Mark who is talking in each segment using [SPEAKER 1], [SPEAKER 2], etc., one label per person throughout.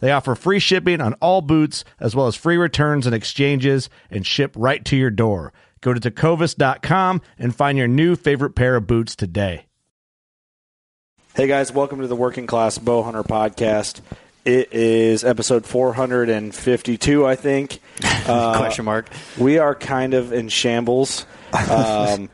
[SPEAKER 1] They offer free shipping on all boots, as well as free returns and exchanges, and ship right to your door. Go to tecovas.com and find your new favorite pair of boots today.
[SPEAKER 2] Hey guys, welcome to the Working Class Bow Hunter podcast. It is episode 452, I think. Uh,
[SPEAKER 3] question mark.
[SPEAKER 2] We are kind of in shambles. Um,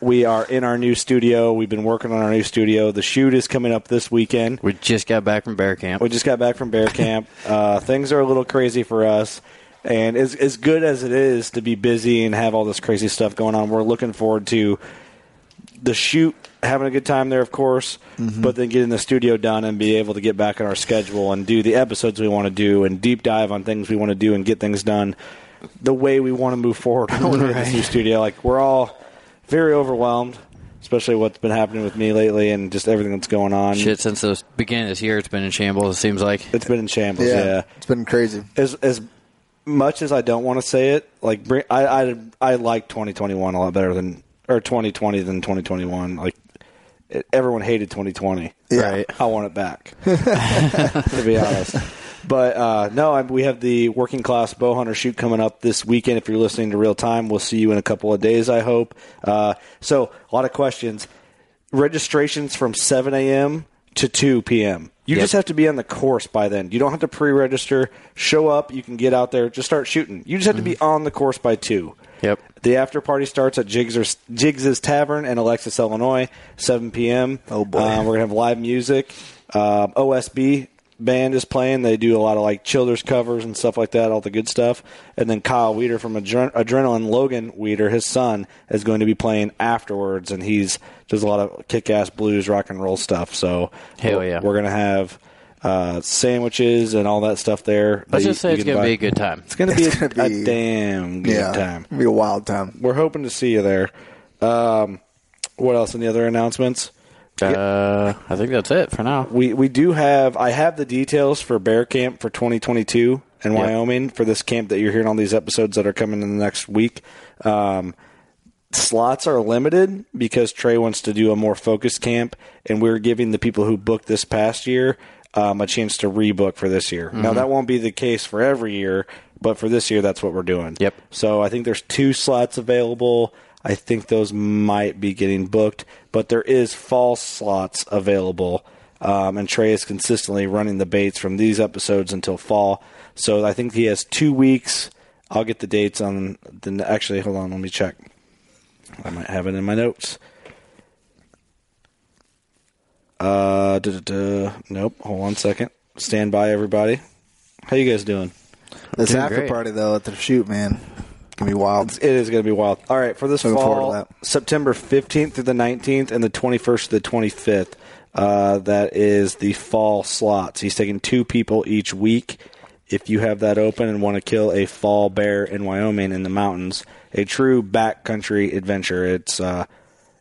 [SPEAKER 2] we are in our new studio. We've been working on our new studio. The shoot is coming up this weekend.
[SPEAKER 3] We just got back from bear camp.
[SPEAKER 2] We just got back from bear camp. Uh, things are a little crazy for us. And as, as good as it is to be busy and have all this crazy stuff going on, we're looking forward to the shoot, having a good time there, of course, but then getting the studio done and be able to get back on our schedule and do the episodes we want to do and deep dive on things we want to do and get things done the way we want to move forward in this new studio. Like, we're all very overwhelmed, especially what's been happening with me lately and just everything that's going on.
[SPEAKER 3] Shit, since the beginning of this year, it's been in shambles. It seems like
[SPEAKER 2] It's been in shambles, yeah.
[SPEAKER 4] It's been crazy.
[SPEAKER 2] as as much as I don't want to say it, like bring, I, I I like 2021 a lot better than or 2020 than 2021. Like it, everyone hated 2020.
[SPEAKER 4] Yeah.
[SPEAKER 2] I want it back. to be honest. But uh, no, I, we have the working class bow hunter shoot coming up this weekend. If you're listening to real time, we'll see you in a couple of days. I hope. Uh, so a lot of questions. Registrations from 7 a.m. to 2 p.m. You
[SPEAKER 3] Yep.
[SPEAKER 2] just have to be on the course by then. You don't have to pre-register. Show up. You can get out there. Just start shooting. You just have to be on the course by two.
[SPEAKER 3] Yep.
[SPEAKER 2] The after party starts at Jigs's, Jigs's Tavern in Alexis, Illinois, 7 p.m.
[SPEAKER 4] Oh, boy.
[SPEAKER 2] Um, we're gonna have live music. Um, OSB band is playing. They do a lot of like Childers covers and stuff like that, all the good stuff. And then Kyle Weeder from Adren- Adrenaline, Logan Weeder, his son, is going to be playing afterwards, and he's does a lot of kick-ass blues, rock and roll stuff. So
[SPEAKER 3] Hell yeah.
[SPEAKER 2] we're gonna have uh, sandwiches and all that stuff there.
[SPEAKER 3] let's
[SPEAKER 2] that
[SPEAKER 3] just
[SPEAKER 2] you-
[SPEAKER 3] say
[SPEAKER 2] you
[SPEAKER 3] it's
[SPEAKER 2] can
[SPEAKER 3] gonna be
[SPEAKER 2] buy.
[SPEAKER 3] a good time.
[SPEAKER 2] It's gonna be,
[SPEAKER 4] It's
[SPEAKER 2] a,
[SPEAKER 4] gonna
[SPEAKER 2] a
[SPEAKER 4] be-
[SPEAKER 2] damn good
[SPEAKER 4] Yeah.
[SPEAKER 2] time
[SPEAKER 4] It'll be a wild time.
[SPEAKER 2] we're hoping to see you there. Um, what else? Any other announcements?
[SPEAKER 3] Uh, I think that's it for now.
[SPEAKER 2] We we do have. I have the details for Bear Camp for 2022 in
[SPEAKER 3] Yeah.
[SPEAKER 2] Wyoming for this camp that you're hearing on these episodes that are coming in the next week. Um, slots are limited because Trey wants to do a more focused camp, and we're giving the people who booked this past year um, a chance to rebook for this year. Now that won't be the case for every year, but for this year, that's what we're doing.
[SPEAKER 3] Yep.
[SPEAKER 2] So I think there's two slots available. I think those might be getting booked, but there is fall slots available. Um, and Trey is consistently running the baits from these episodes until fall. So I think he has two weeks. I'll get the dates on the. Actually, hold on. Let me check. I might have it in my notes. Uh, duh, duh, duh. nope. Hold on a second. Stand by, everybody. How you guys doing?
[SPEAKER 4] This
[SPEAKER 3] Doing
[SPEAKER 4] after
[SPEAKER 3] great.
[SPEAKER 4] party though at the shoot, man, it's gonna be wild.
[SPEAKER 2] It is going to be wild. All right, for this
[SPEAKER 4] Looking forward
[SPEAKER 2] fall,
[SPEAKER 4] to that.
[SPEAKER 2] September 15th through the 19th and the 21st to the 25th. Uh, that is the fall slots. He's taking two people each week. If you have that open and want to kill a fall bear in Wyoming in the mountains, a true backcountry adventure. It's uh,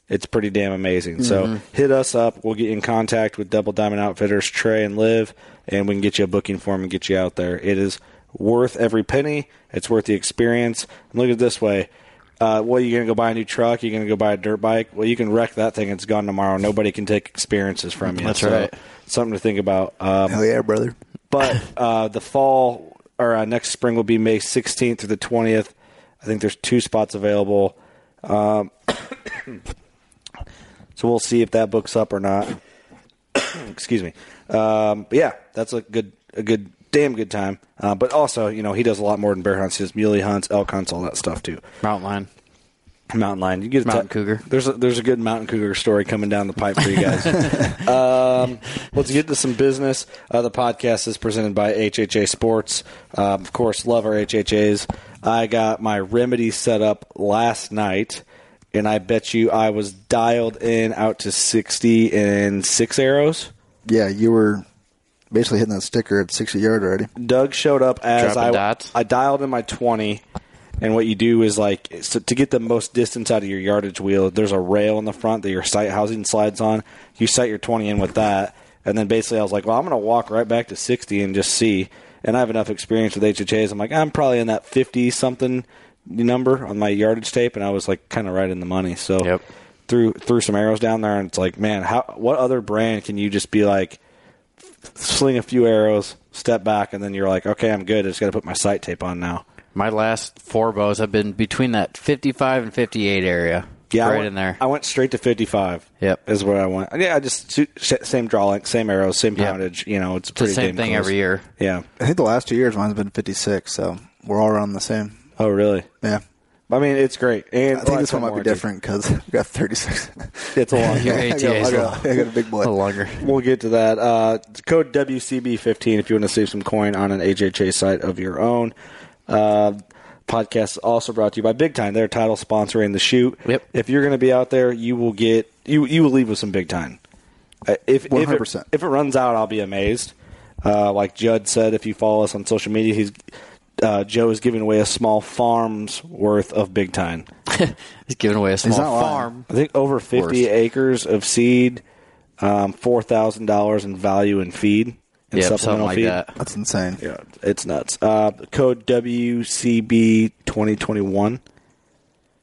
[SPEAKER 2] it's pretty damn amazing. So
[SPEAKER 3] Mm-hmm.
[SPEAKER 2] hit us up. We'll get you in contact with Double Diamond Outfitters, Trey and Liv, and we can get you a booking form and get you out there. It is worth every penny. It's worth the experience. And look at it this way. Uh, well, you're going to go buy a new truck. You're going to go buy a dirt bike. Well, you can wreck that thing. It's gone tomorrow. Nobody can take experiences from you.
[SPEAKER 3] That's right.
[SPEAKER 2] Something to think about. Um,
[SPEAKER 5] Hell yeah, brother.
[SPEAKER 2] but uh, the fall or uh, next spring will be May 16th through the 20th. I think there's two spots available. Um, so we'll see if that books up or not. Excuse me. Um, but yeah, that's a good, a good, damn good time. Uh, but also, you know, he does a lot more than bear hunts. He does muley hunts, elk hunts, all that stuff too.
[SPEAKER 3] Mountain lion.
[SPEAKER 2] Mountain lion. You get a
[SPEAKER 3] Mountain
[SPEAKER 2] t-
[SPEAKER 3] cougar.
[SPEAKER 2] There's a, there's a good mountain cougar story coming down the pipe for you guys. um, let's get to some business. Uh, the podcast is presented by HHA Sports. Um, of course, love our HHAs. I got my remedy set up last night, and I bet you I was dialed in out to sixty and six arrows.
[SPEAKER 5] Yeah, you were basically hitting that sticker at 60 yard already.
[SPEAKER 2] Doug showed up as
[SPEAKER 3] Dropping
[SPEAKER 2] I
[SPEAKER 3] dots.
[SPEAKER 2] I dialed in my twenty, and what you do is like so to get the most distance out of your yardage wheel. There's a rail in the front that your sight housing slides on. You sight your twenty in with that, and then basically I was like, well, I'm gonna walk right back to sixty and just see. And I have enough experience with HHAs. I'm like, I'm probably in that fifty something number on my yardage tape, and I was like, kind of right in the money. So
[SPEAKER 3] Yep.
[SPEAKER 2] threw threw some arrows down there, and it's like, man, how what other brand can you just be like? sling a few arrows, step back, and then you're like, okay, I'm good. I just got to put my sight tape on now.
[SPEAKER 3] My last four bows have been between that 55 and 58 area.
[SPEAKER 2] I
[SPEAKER 3] right
[SPEAKER 2] went,
[SPEAKER 3] in there.
[SPEAKER 2] I went straight to 55.
[SPEAKER 3] Yep.
[SPEAKER 2] is what I went. Yeah, I just su- sh- same draw length, same arrows, same poundage. You know, it's
[SPEAKER 3] it's the
[SPEAKER 2] pretty
[SPEAKER 3] same
[SPEAKER 2] damn
[SPEAKER 3] thing
[SPEAKER 2] close.
[SPEAKER 3] every year.
[SPEAKER 2] Yeah.
[SPEAKER 5] I think the last two years mine's been 56, so we're all around the same.
[SPEAKER 2] Oh, really?
[SPEAKER 5] Yeah.
[SPEAKER 2] I mean, it's great. And
[SPEAKER 5] I think
[SPEAKER 2] lifetime
[SPEAKER 5] this one might be
[SPEAKER 2] warranty.
[SPEAKER 5] different because we got 36.
[SPEAKER 2] It's a long.
[SPEAKER 3] Your
[SPEAKER 5] I, got, I,
[SPEAKER 3] ATA's
[SPEAKER 5] got, I got a big
[SPEAKER 3] a little
[SPEAKER 5] boy.
[SPEAKER 3] longer.
[SPEAKER 2] We'll get to that. Uh, code WCB15 if you want to save some coin on an HHA site of your own. Uh, podcast is also brought to you by Big Time. Their title sponsoring the shoot.
[SPEAKER 3] Yep.
[SPEAKER 2] If you're going to be out there, you will get you you will leave with some Big Time. Uh, If if it-
[SPEAKER 5] 100%.
[SPEAKER 2] if it runs out, I'll be amazed. Uh, like Judd said, if you follow us on social media, he's uh, Joe is giving away a small farm's worth of Big Time.
[SPEAKER 3] He's giving away a small
[SPEAKER 5] not lying.
[SPEAKER 3] farm.
[SPEAKER 2] I think over 50
[SPEAKER 3] Worst.
[SPEAKER 2] acres of seed, um, $4,000 in value in feed and
[SPEAKER 3] Yeah, something
[SPEAKER 2] supplemental
[SPEAKER 3] like
[SPEAKER 2] feed.
[SPEAKER 3] that.
[SPEAKER 5] That's insane.
[SPEAKER 2] Yeah, it's nuts. Uh, code WCB2021.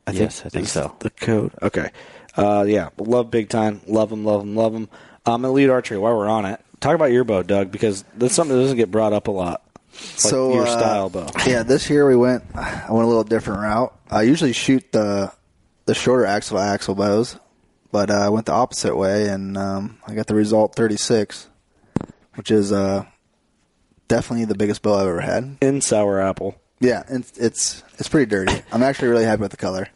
[SPEAKER 2] I
[SPEAKER 3] Yes, I think
[SPEAKER 2] is
[SPEAKER 3] so.
[SPEAKER 2] The code. Okay. Uh, yeah, love big time. Love them, love them, love them. Um, and lead archery while we're on it. Talk about your bow, Doug, because that's something that doesn't get brought up a lot. It's like
[SPEAKER 5] so
[SPEAKER 2] your
[SPEAKER 5] uh,
[SPEAKER 2] style bow.
[SPEAKER 5] Yeah, this year we went. I went a little different route. I usually shoot the the shorter axle to axle bows, but uh, I went the opposite way, and um, I got the result 36, which is uh, definitely the biggest bow I've ever had.
[SPEAKER 2] In sour apple.
[SPEAKER 5] Yeah, and it's it's pretty dirty. I'm actually really happy with the color.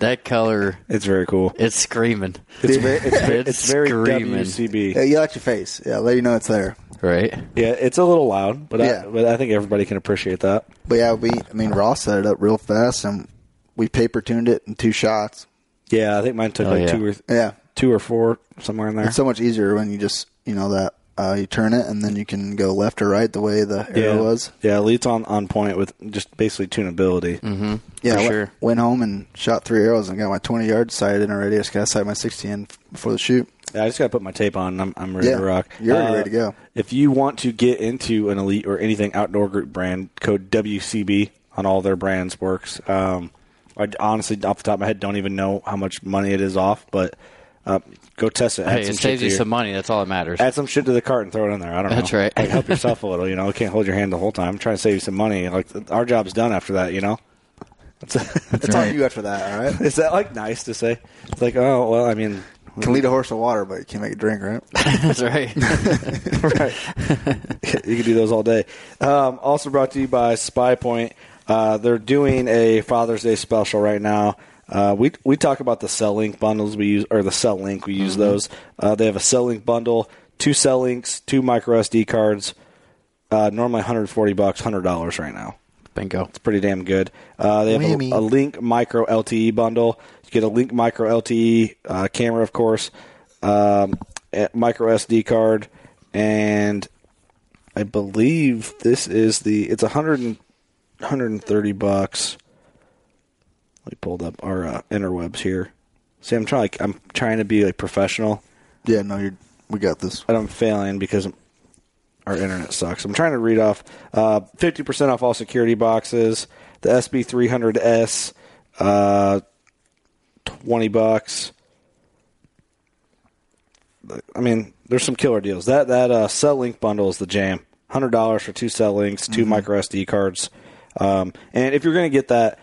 [SPEAKER 3] That color,
[SPEAKER 2] It's very cool.
[SPEAKER 3] it's screaming.
[SPEAKER 2] It's very, it's, very-
[SPEAKER 3] It's
[SPEAKER 2] it's very
[SPEAKER 3] screaming.
[SPEAKER 2] WCB.
[SPEAKER 5] Yeah, you like your face. Yeah, let you know it's there.
[SPEAKER 3] Right?
[SPEAKER 2] Yeah, it's a little loud, but
[SPEAKER 5] Yeah.
[SPEAKER 2] I, but I think everybody can appreciate that.
[SPEAKER 5] But yeah, we. I mean, Ross set it up real fast, and we paper tuned it in two shots.
[SPEAKER 2] Yeah, I think mine took
[SPEAKER 3] Oh,
[SPEAKER 2] like
[SPEAKER 3] yeah.
[SPEAKER 2] two or
[SPEAKER 5] Yeah,
[SPEAKER 2] two or four somewhere in there.
[SPEAKER 5] It's so much easier when you just you know that uh, you turn it and then you can go left or right the way the
[SPEAKER 2] yeah,
[SPEAKER 5] arrow was.
[SPEAKER 2] yeah, leads on on point with just basically tunability. Mm-hmm.
[SPEAKER 5] Yeah,
[SPEAKER 3] For
[SPEAKER 5] I went-
[SPEAKER 3] sure.
[SPEAKER 5] went home and shot three arrows and got my twenty yard sight in already. I just got to sight my sixty in f- before the shoot.
[SPEAKER 2] Yeah, I just gotta put my tape on. And I'm I'm ready
[SPEAKER 5] Yeah,
[SPEAKER 2] to rock. Uh,
[SPEAKER 5] you're already ready to go.
[SPEAKER 2] If you want to get into an elite or anything outdoor group brand, code WCB on all their brands works. Um, I honestly, off the top of my head, don't even know how much money it is off, but uh, go test it. Add
[SPEAKER 3] Hey,
[SPEAKER 2] some
[SPEAKER 3] it
[SPEAKER 2] shit
[SPEAKER 3] saves
[SPEAKER 2] to
[SPEAKER 3] you
[SPEAKER 2] your-
[SPEAKER 3] some money. That's all that matters.
[SPEAKER 2] add some shit to the cart and throw it in there. I don't know.
[SPEAKER 3] That's right.
[SPEAKER 2] Like, help yourself a little. You know, you can't hold your hand the whole time. I'm trying to save you some money. Like th- our job's done after that. You know,
[SPEAKER 5] That's all you after that. All right,
[SPEAKER 2] is that like nice to say? It's like, oh well, I mean,
[SPEAKER 5] can lead a horse to water, but you can't make it drink. Right?
[SPEAKER 3] That's right.
[SPEAKER 2] right. you can do those all day. Um, also brought to you by Spy Point. Uh, they're doing a Father's Day special right now. Uh, we we talk about the Cell Link bundles we use, or the Cell Link we use
[SPEAKER 3] Mm-hmm.
[SPEAKER 2] those. Uh, they have a Cell Link bundle, two Cell Links, two micro SD cards. Uh, normally 140 bucks, hundred dollars right now.
[SPEAKER 3] Bingo.
[SPEAKER 2] It's pretty damn good. Uh, they have
[SPEAKER 5] Whammy.
[SPEAKER 2] a, a Link Micro LTE bundle. You get a Link Micro LTE uh, camera, of course, um, a micro SD card, and I believe this is the. It's 100 and, 130 bucks. We pulled up our uh, interwebs here. See, I'm trying. Like, I'm trying to be like professional,
[SPEAKER 5] Yeah, no, you're. We got this.
[SPEAKER 2] but I'm failing because Our internet sucks. I'm trying to read off uh, 50% off all security boxes. The SB300S, uh, 20 bucks. I mean, there's some killer deals. That that uh, cell link bundle is the jam. Hundred dollars for two cell links, 2 micro SD cards, um, and if you're going to get that,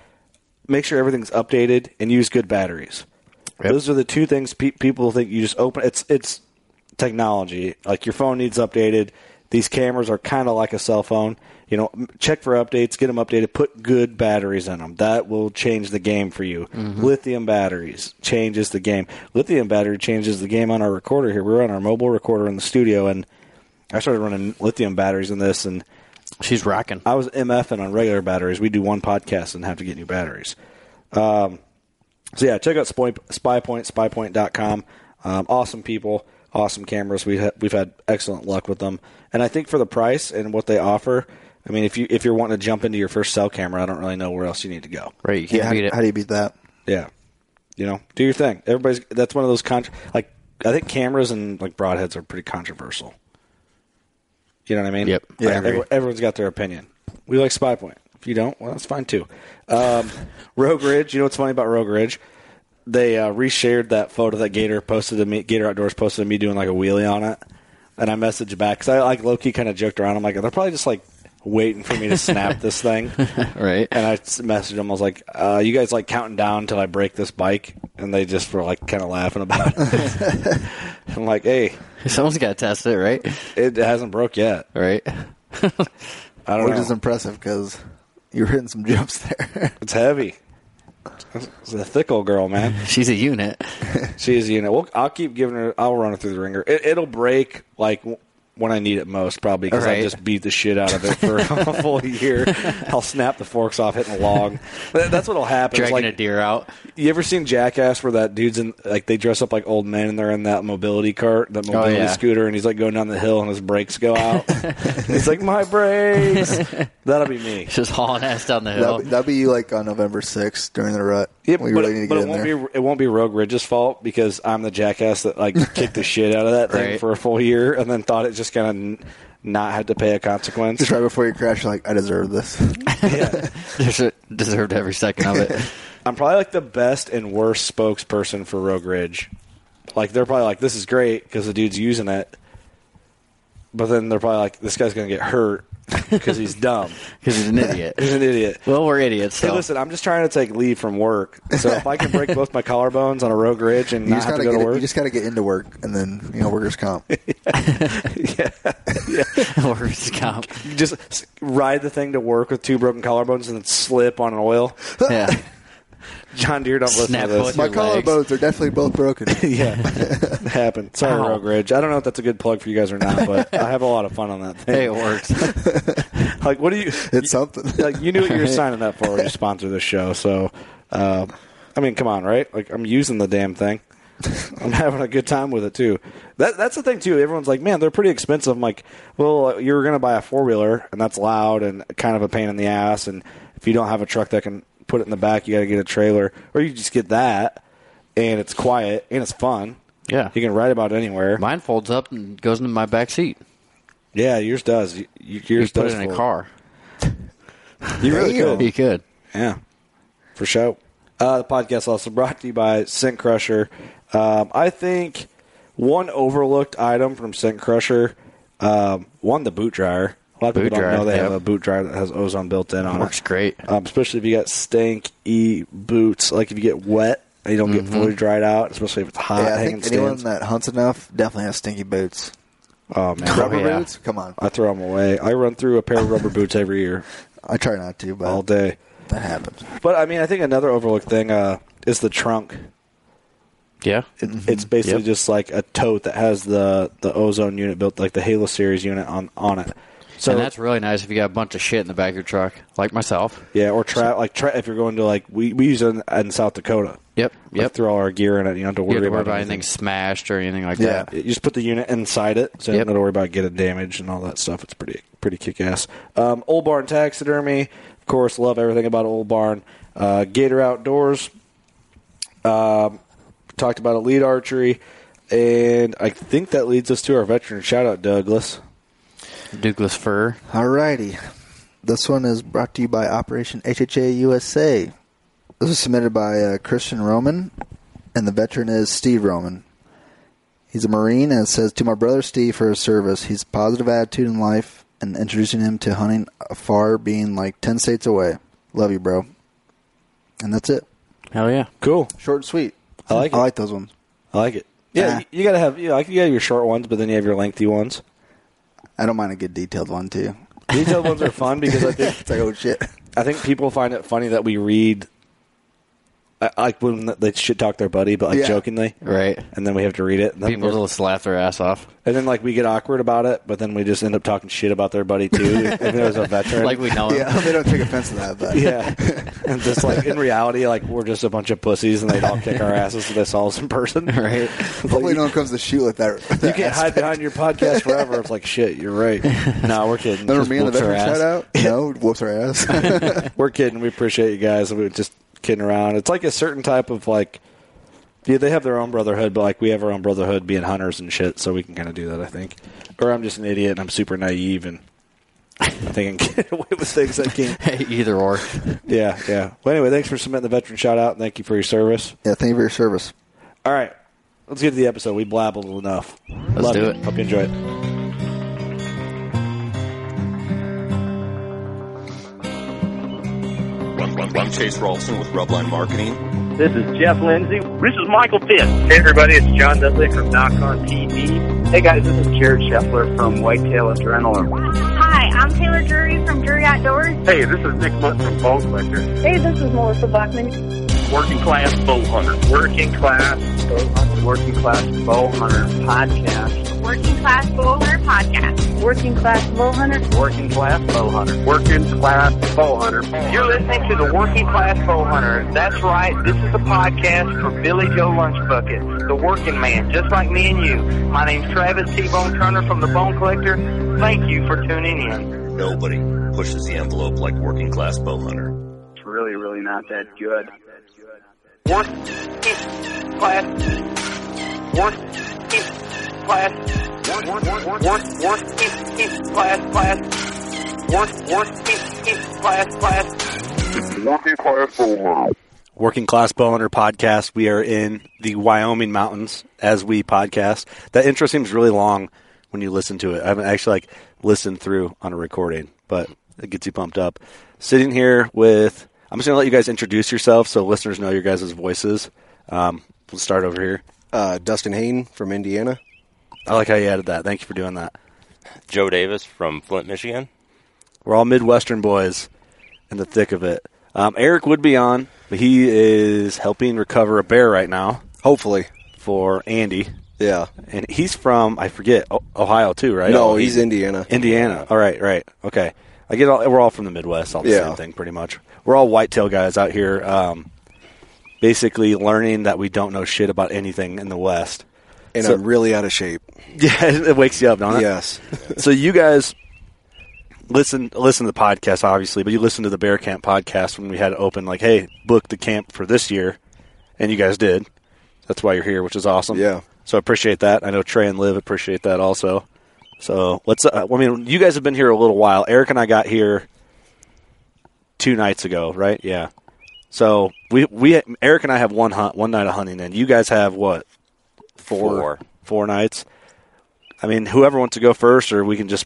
[SPEAKER 2] make sure everything's updated and use good batteries. Those are the two things pe- people think you just open. It's it's technology. Like your phone needs updated. These cameras are kind of like a cell phone. You know, m- check for updates, get them updated, put good batteries in them. That will change the game for you. Lithium batteries changes the game. Lithium battery changes the game on our recorder here. We were on our mobile recorder in the studio, and I started running lithium batteries in this, and
[SPEAKER 3] She's rocking.
[SPEAKER 2] I was MFing on regular batteries. We do one podcast and have to get new batteries. Um, so yeah, check out Spy Spy Point, spypoint.com. Um, awesome people, awesome cameras. We ha- we've had excellent luck with them, and I think for the price and what they offer, I mean, if you if you're wanting to jump into your first cell camera, I don't really know where else you need to go.
[SPEAKER 3] Right, you can't
[SPEAKER 4] Yeah, how,
[SPEAKER 3] beat it.
[SPEAKER 4] how do you beat that?
[SPEAKER 2] Yeah, you know, do your thing. Everybody's that's one of those con- like I think cameras and like broadheads are pretty controversial. You know what I mean?
[SPEAKER 3] Yep, I
[SPEAKER 2] Yeah.
[SPEAKER 3] agree.
[SPEAKER 2] every- everyone's got their opinion. We like Spy Point. If you don't, well, that's fine too. Um, Rogue Ridge. You know what's funny about Rogue Ridge? They uh, reshared that photo that Gator posted to me. Gator Outdoors posted to me doing like a wheelie on it, and I messaged back because I like low key kind of joked around. I'm like, they're probably just like waiting for me to snap this thing.
[SPEAKER 3] right.
[SPEAKER 2] And I s- messaged them. I was like, uh, "You guys like counting down till I break this bike?" And they just were like, kind of laughing about it. I'm like, "Hey,
[SPEAKER 3] Someone's got to test it, right?
[SPEAKER 2] it hasn't broke yet."
[SPEAKER 3] Right.
[SPEAKER 2] I don't
[SPEAKER 4] Which
[SPEAKER 2] know.
[SPEAKER 4] is impressive because you're hitting some jumps there.
[SPEAKER 2] it's heavy. It's a thick old girl, man.
[SPEAKER 3] She's a unit.
[SPEAKER 2] She's you know. We'll, I'll keep giving her. I'll run her through the ringer. It, it'll break like w- when I need it most, probably because I
[SPEAKER 3] Right.
[SPEAKER 2] just beat the shit out of it for a full year. I'll snap the forks off hitting a log. That- That's what'll happen. It's
[SPEAKER 3] Dragging
[SPEAKER 2] like,
[SPEAKER 3] a deer out.
[SPEAKER 2] You ever seen Jackass where that dude's in like they dress up like old men and they're in that mobility cart, that mobility
[SPEAKER 3] Oh, yeah.
[SPEAKER 2] scooter, and he's like going down the hill and his brakes go out. he's like, My brakes. That'll be me.
[SPEAKER 3] Just hauling ass down the hill.
[SPEAKER 4] that'll, be, that'll be you like on November 6th during the rut.
[SPEAKER 2] Yeah,
[SPEAKER 4] we
[SPEAKER 2] but
[SPEAKER 4] really need to
[SPEAKER 2] but
[SPEAKER 4] get
[SPEAKER 2] it
[SPEAKER 4] in
[SPEAKER 2] won't
[SPEAKER 4] there.
[SPEAKER 2] be it won't be Rogue Ridge's fault because I'm the jackass that like kicked the shit out of that thing
[SPEAKER 3] Right.
[SPEAKER 2] for a full year and then thought it just kind of not had to pay a consequence.
[SPEAKER 4] Just right before you crash, you're like, I deserve this.
[SPEAKER 2] Yeah.
[SPEAKER 3] Deser- Deserved every second of it.
[SPEAKER 2] I'm probably like the best and worst spokesperson for Rogue Ridge. Like they're probably like, this is great because the dude's using it, but then they're probably like, this guy's gonna get hurt because he's dumb.
[SPEAKER 3] Because he's an idiot.
[SPEAKER 2] He's an idiot.
[SPEAKER 3] Well, we're idiots.
[SPEAKER 2] Hey,
[SPEAKER 3] so-
[SPEAKER 2] listen, I'm just trying to take leave from work, so if I can break both my collarbones on a Rogue Ridge and
[SPEAKER 4] You
[SPEAKER 2] not
[SPEAKER 4] just,
[SPEAKER 2] have to
[SPEAKER 4] gotta
[SPEAKER 2] go
[SPEAKER 4] get
[SPEAKER 2] to
[SPEAKER 4] it-
[SPEAKER 2] work,
[SPEAKER 4] you just gotta get into work and then, you know, workers' comp.
[SPEAKER 3] Workers' comp.
[SPEAKER 2] you just s- ride the thing to work with two broken collarbones and then slip on an oil.
[SPEAKER 3] Yeah.
[SPEAKER 2] John Deere, don't listen
[SPEAKER 3] Snap
[SPEAKER 2] to this.
[SPEAKER 3] both
[SPEAKER 4] My
[SPEAKER 3] Your legs.
[SPEAKER 4] collarbones are definitely both broken.
[SPEAKER 2] yeah, it happened. Sorry,
[SPEAKER 3] Ow.
[SPEAKER 2] Rogue Ridge. I don't know if that's a good plug for you guys or not, but I have a lot of fun on that thing.
[SPEAKER 3] Hey, it works.
[SPEAKER 2] like what do you
[SPEAKER 4] It's something.
[SPEAKER 2] like you knew what you were signing up for when you sponsor this show so uh, i mean come on right like i'm using the damn thing i'm having a good time with it too that, that's the thing too everyone's like man they're pretty expensive i'm like well you're gonna buy a four-wheeler and that's loud and kind of a pain in the ass and if you don't have a truck that can put it in the back you gotta get a trailer or you just get that and it's quiet and it's fun
[SPEAKER 3] Yeah.
[SPEAKER 2] you can ride about it anywhere
[SPEAKER 3] Mine folds up and goes into my back seat.
[SPEAKER 2] yeah yours does Y- y- yours
[SPEAKER 3] You put
[SPEAKER 2] does
[SPEAKER 3] it in
[SPEAKER 2] fold.
[SPEAKER 3] a car.
[SPEAKER 2] you really
[SPEAKER 4] Damn.
[SPEAKER 2] could
[SPEAKER 3] You could.
[SPEAKER 2] Yeah, for sure. Uh, the podcast also brought to you by Scent Crusher. Um, I think one overlooked item from Scent Crusher, um, one the boot dryer. A lot of
[SPEAKER 3] Boot
[SPEAKER 2] people don't
[SPEAKER 3] dryer,
[SPEAKER 2] know they have
[SPEAKER 3] yep.
[SPEAKER 2] a boot dryer that has ozone built in on
[SPEAKER 3] Works
[SPEAKER 2] it.
[SPEAKER 3] great.
[SPEAKER 2] um, especially if you got stanky boots. Like if you get wet, and you don't
[SPEAKER 3] Mm-hmm.
[SPEAKER 2] get fully dried out, especially if it's hot.
[SPEAKER 4] yeah, I
[SPEAKER 2] hanging
[SPEAKER 4] think anyone
[SPEAKER 2] stands.
[SPEAKER 4] that hunts enough definitely has stinky boots.
[SPEAKER 2] oh man,
[SPEAKER 4] Rubber
[SPEAKER 3] yeah.
[SPEAKER 4] boots? Come on.
[SPEAKER 2] I throw them away. I run through a pair of rubber boots every year,
[SPEAKER 4] I try not to, but
[SPEAKER 2] all day.
[SPEAKER 4] that happens.
[SPEAKER 2] But I mean, I think another overlooked thing uh, is the trunk.
[SPEAKER 3] Yeah.
[SPEAKER 2] It, It's basically
[SPEAKER 3] Mm-hmm. Yep.
[SPEAKER 2] just like a tote that has the the ozone unit built, like the Halo series unit on on it. So
[SPEAKER 3] and that's really nice if you got a bunch of shit in the back of your truck, like myself.
[SPEAKER 2] yeah, or tra- like tra- if you're going to like we we use it in, in South Dakota.
[SPEAKER 3] Yep.
[SPEAKER 2] Like,
[SPEAKER 3] Yep.
[SPEAKER 2] throw all our gear in it. You don't have to
[SPEAKER 3] you
[SPEAKER 2] worry,
[SPEAKER 3] don't have to worry
[SPEAKER 2] about,
[SPEAKER 3] about anything smashed or anything like
[SPEAKER 4] Yeah.
[SPEAKER 3] that.
[SPEAKER 2] You just put the unit inside it, so you
[SPEAKER 3] Yep.
[SPEAKER 2] don't have to worry about getting damaged and all that stuff. It's pretty pretty kick ass. Um, Old Barn Taxidermy, of course, love everything about Old Barn. Uh, Gator Outdoors, um, talked about elite archery, and I think that leads us to our veteran shout out, Douglas.
[SPEAKER 3] Douglas fir.
[SPEAKER 4] Alrighty. This one is brought to you by Operation HHA USA. This was submitted by uh, Christian Roman, and the veteran is Steve Roman. He's a Marine and it says, To my brother Steve for his service, he's a positive attitude in life and introducing him to hunting afar, being like 10 states away. Love you, bro. And that's it.
[SPEAKER 3] Hell yeah.
[SPEAKER 2] Cool.
[SPEAKER 4] Short and sweet.
[SPEAKER 2] I like it.
[SPEAKER 4] I like those ones.
[SPEAKER 2] I like it. Ah. Yeah,
[SPEAKER 4] Yeah.
[SPEAKER 2] you- you gotta have you, know, like, you gotta have your short ones, but then you have your lengthy ones.
[SPEAKER 4] I don't mind a good detailed one, too.
[SPEAKER 2] Detailed ones are fun because I think
[SPEAKER 4] It's like, oh, shit.
[SPEAKER 2] I think people find it funny that we read I- like when they shit talk their buddy, but like
[SPEAKER 4] Yeah.
[SPEAKER 2] jokingly,
[SPEAKER 3] Right.
[SPEAKER 2] and then we have to read it. And then,
[SPEAKER 3] People
[SPEAKER 2] we're-
[SPEAKER 3] just laugh their ass off.
[SPEAKER 2] and then like we get awkward about it, but then we just end up talking shit about their buddy too. if there was a veteran,
[SPEAKER 3] Like we know
[SPEAKER 4] Yeah, I
[SPEAKER 3] them.
[SPEAKER 4] hope they don't take offense to that, but
[SPEAKER 2] Oh. yeah, and just like in reality, like we're just a bunch of pussies, and they'd all kick our asses if they saw us in person.
[SPEAKER 3] Right.
[SPEAKER 4] hopefully no one comes to shoot with that.
[SPEAKER 2] You can't hide behind your podcast forever. It's like shit. You're right. No, we're kidding.
[SPEAKER 4] Remember
[SPEAKER 2] Just
[SPEAKER 4] me and the
[SPEAKER 2] whoops our
[SPEAKER 4] veteran
[SPEAKER 2] ass.
[SPEAKER 4] shout out? No, whoops our ass.
[SPEAKER 2] We're kidding. We appreciate you guys. We were just kidding around. It's like a certain type of like. Yeah, they have their own brotherhood, but like we have our own brotherhood being hunters and shit, so we can kind of do that, I think. Or I'm just an idiot and I'm super naive and I think I can get away with things I can't.
[SPEAKER 3] Either or.
[SPEAKER 2] Yeah, yeah. Well, anyway, thanks for submitting the veteran shout out. and Thank you for your service.
[SPEAKER 4] yeah, thank you for your service.
[SPEAKER 2] All right, let's get to the episode. We blabbled enough. Let's Love
[SPEAKER 3] do
[SPEAKER 2] you.
[SPEAKER 3] it.
[SPEAKER 2] Hope you enjoy it.
[SPEAKER 6] I'm, I'm, I'm Chase Rolfson with Rubline Marketing.
[SPEAKER 7] This is Jeff Lindsay. This is Michael Pitt. Hey, everybody, it's John Dudley from Knock on TV. Hey, guys, this is Jared Scheffler from Whitetail Adrenaline.
[SPEAKER 8] Hi, I'm Taylor Drury from Drury Outdoors.
[SPEAKER 7] Hey, this is Nick Mutt from Bow Collector.
[SPEAKER 8] Hey, this is Melissa Buckman.
[SPEAKER 7] Working Class Bow Hunter. Working Class Bow Hunter. Working Class Bow Hunter Podcast.
[SPEAKER 8] Working Class Bowhunter Podcast. Working Class Bowhunter.
[SPEAKER 7] Working Class Bow Hunter. Working Class Bow Hunter. You're listening to the Working Class Bow Hunter. That's right. This is a podcast for Billy Joe Lunchbucket, the working man, just like me and you. My name's Travis T. Bone Turner from The Bone Collector. Thank you for tuning in.
[SPEAKER 6] Nobody pushes the envelope like working class bow hunter.
[SPEAKER 7] It's really, really not that good. Worth class. Worth class. Worth worth worth class class. Worth worth class class.
[SPEAKER 2] Working Class Bowhunter podcast. We are in the Wyoming mountains as we podcast. That intro seems really long when you listen to it. I haven't actually like listened through on a recording, but it gets you pumped up. Sitting here with, I'm just gonna let you guys introduce yourselves so listeners know your guys' voices. Um, we'll start over here.
[SPEAKER 5] Uh, Dustin Hain from Indiana.
[SPEAKER 2] I like how you added that. Thank you for doing that.
[SPEAKER 9] Joe Davis from Flint, Michigan.
[SPEAKER 2] We're all Midwestern boys in the thick of it. Um, Eric would be on, but he is helping recover a bear right now
[SPEAKER 5] Hopefully,
[SPEAKER 2] for Andy.
[SPEAKER 5] yeah.
[SPEAKER 2] And he's from, I forget, O- Ohio too, right? Oh,
[SPEAKER 5] No, he's Indiana.
[SPEAKER 2] Indiana. All right, right. Okay. I get all, we're all from the Midwest, all the
[SPEAKER 5] Yeah.
[SPEAKER 2] same thing pretty much. We're all whitetail guys out here um, basically learning that we don't know shit about anything in the West.
[SPEAKER 5] and
[SPEAKER 2] so-
[SPEAKER 5] I'm really out of shape.
[SPEAKER 2] Yeah, it wakes you up, don't it?
[SPEAKER 5] Yes,
[SPEAKER 2] so you guys listen listen to the podcast obviously but you listen to the bear camp podcast when we had it open like hey book the camp for this year and you guys did that's why you're here which is awesome
[SPEAKER 5] Yeah.
[SPEAKER 2] so i appreciate that i know trey and liv appreciate that also so let's uh, i mean you guys have been here a little while eric and i got here two nights ago right yeah so we we eric and i have one hunt one night of hunting and you guys have what four
[SPEAKER 9] Four.
[SPEAKER 2] four nights I mean, whoever wants to go first, or we can just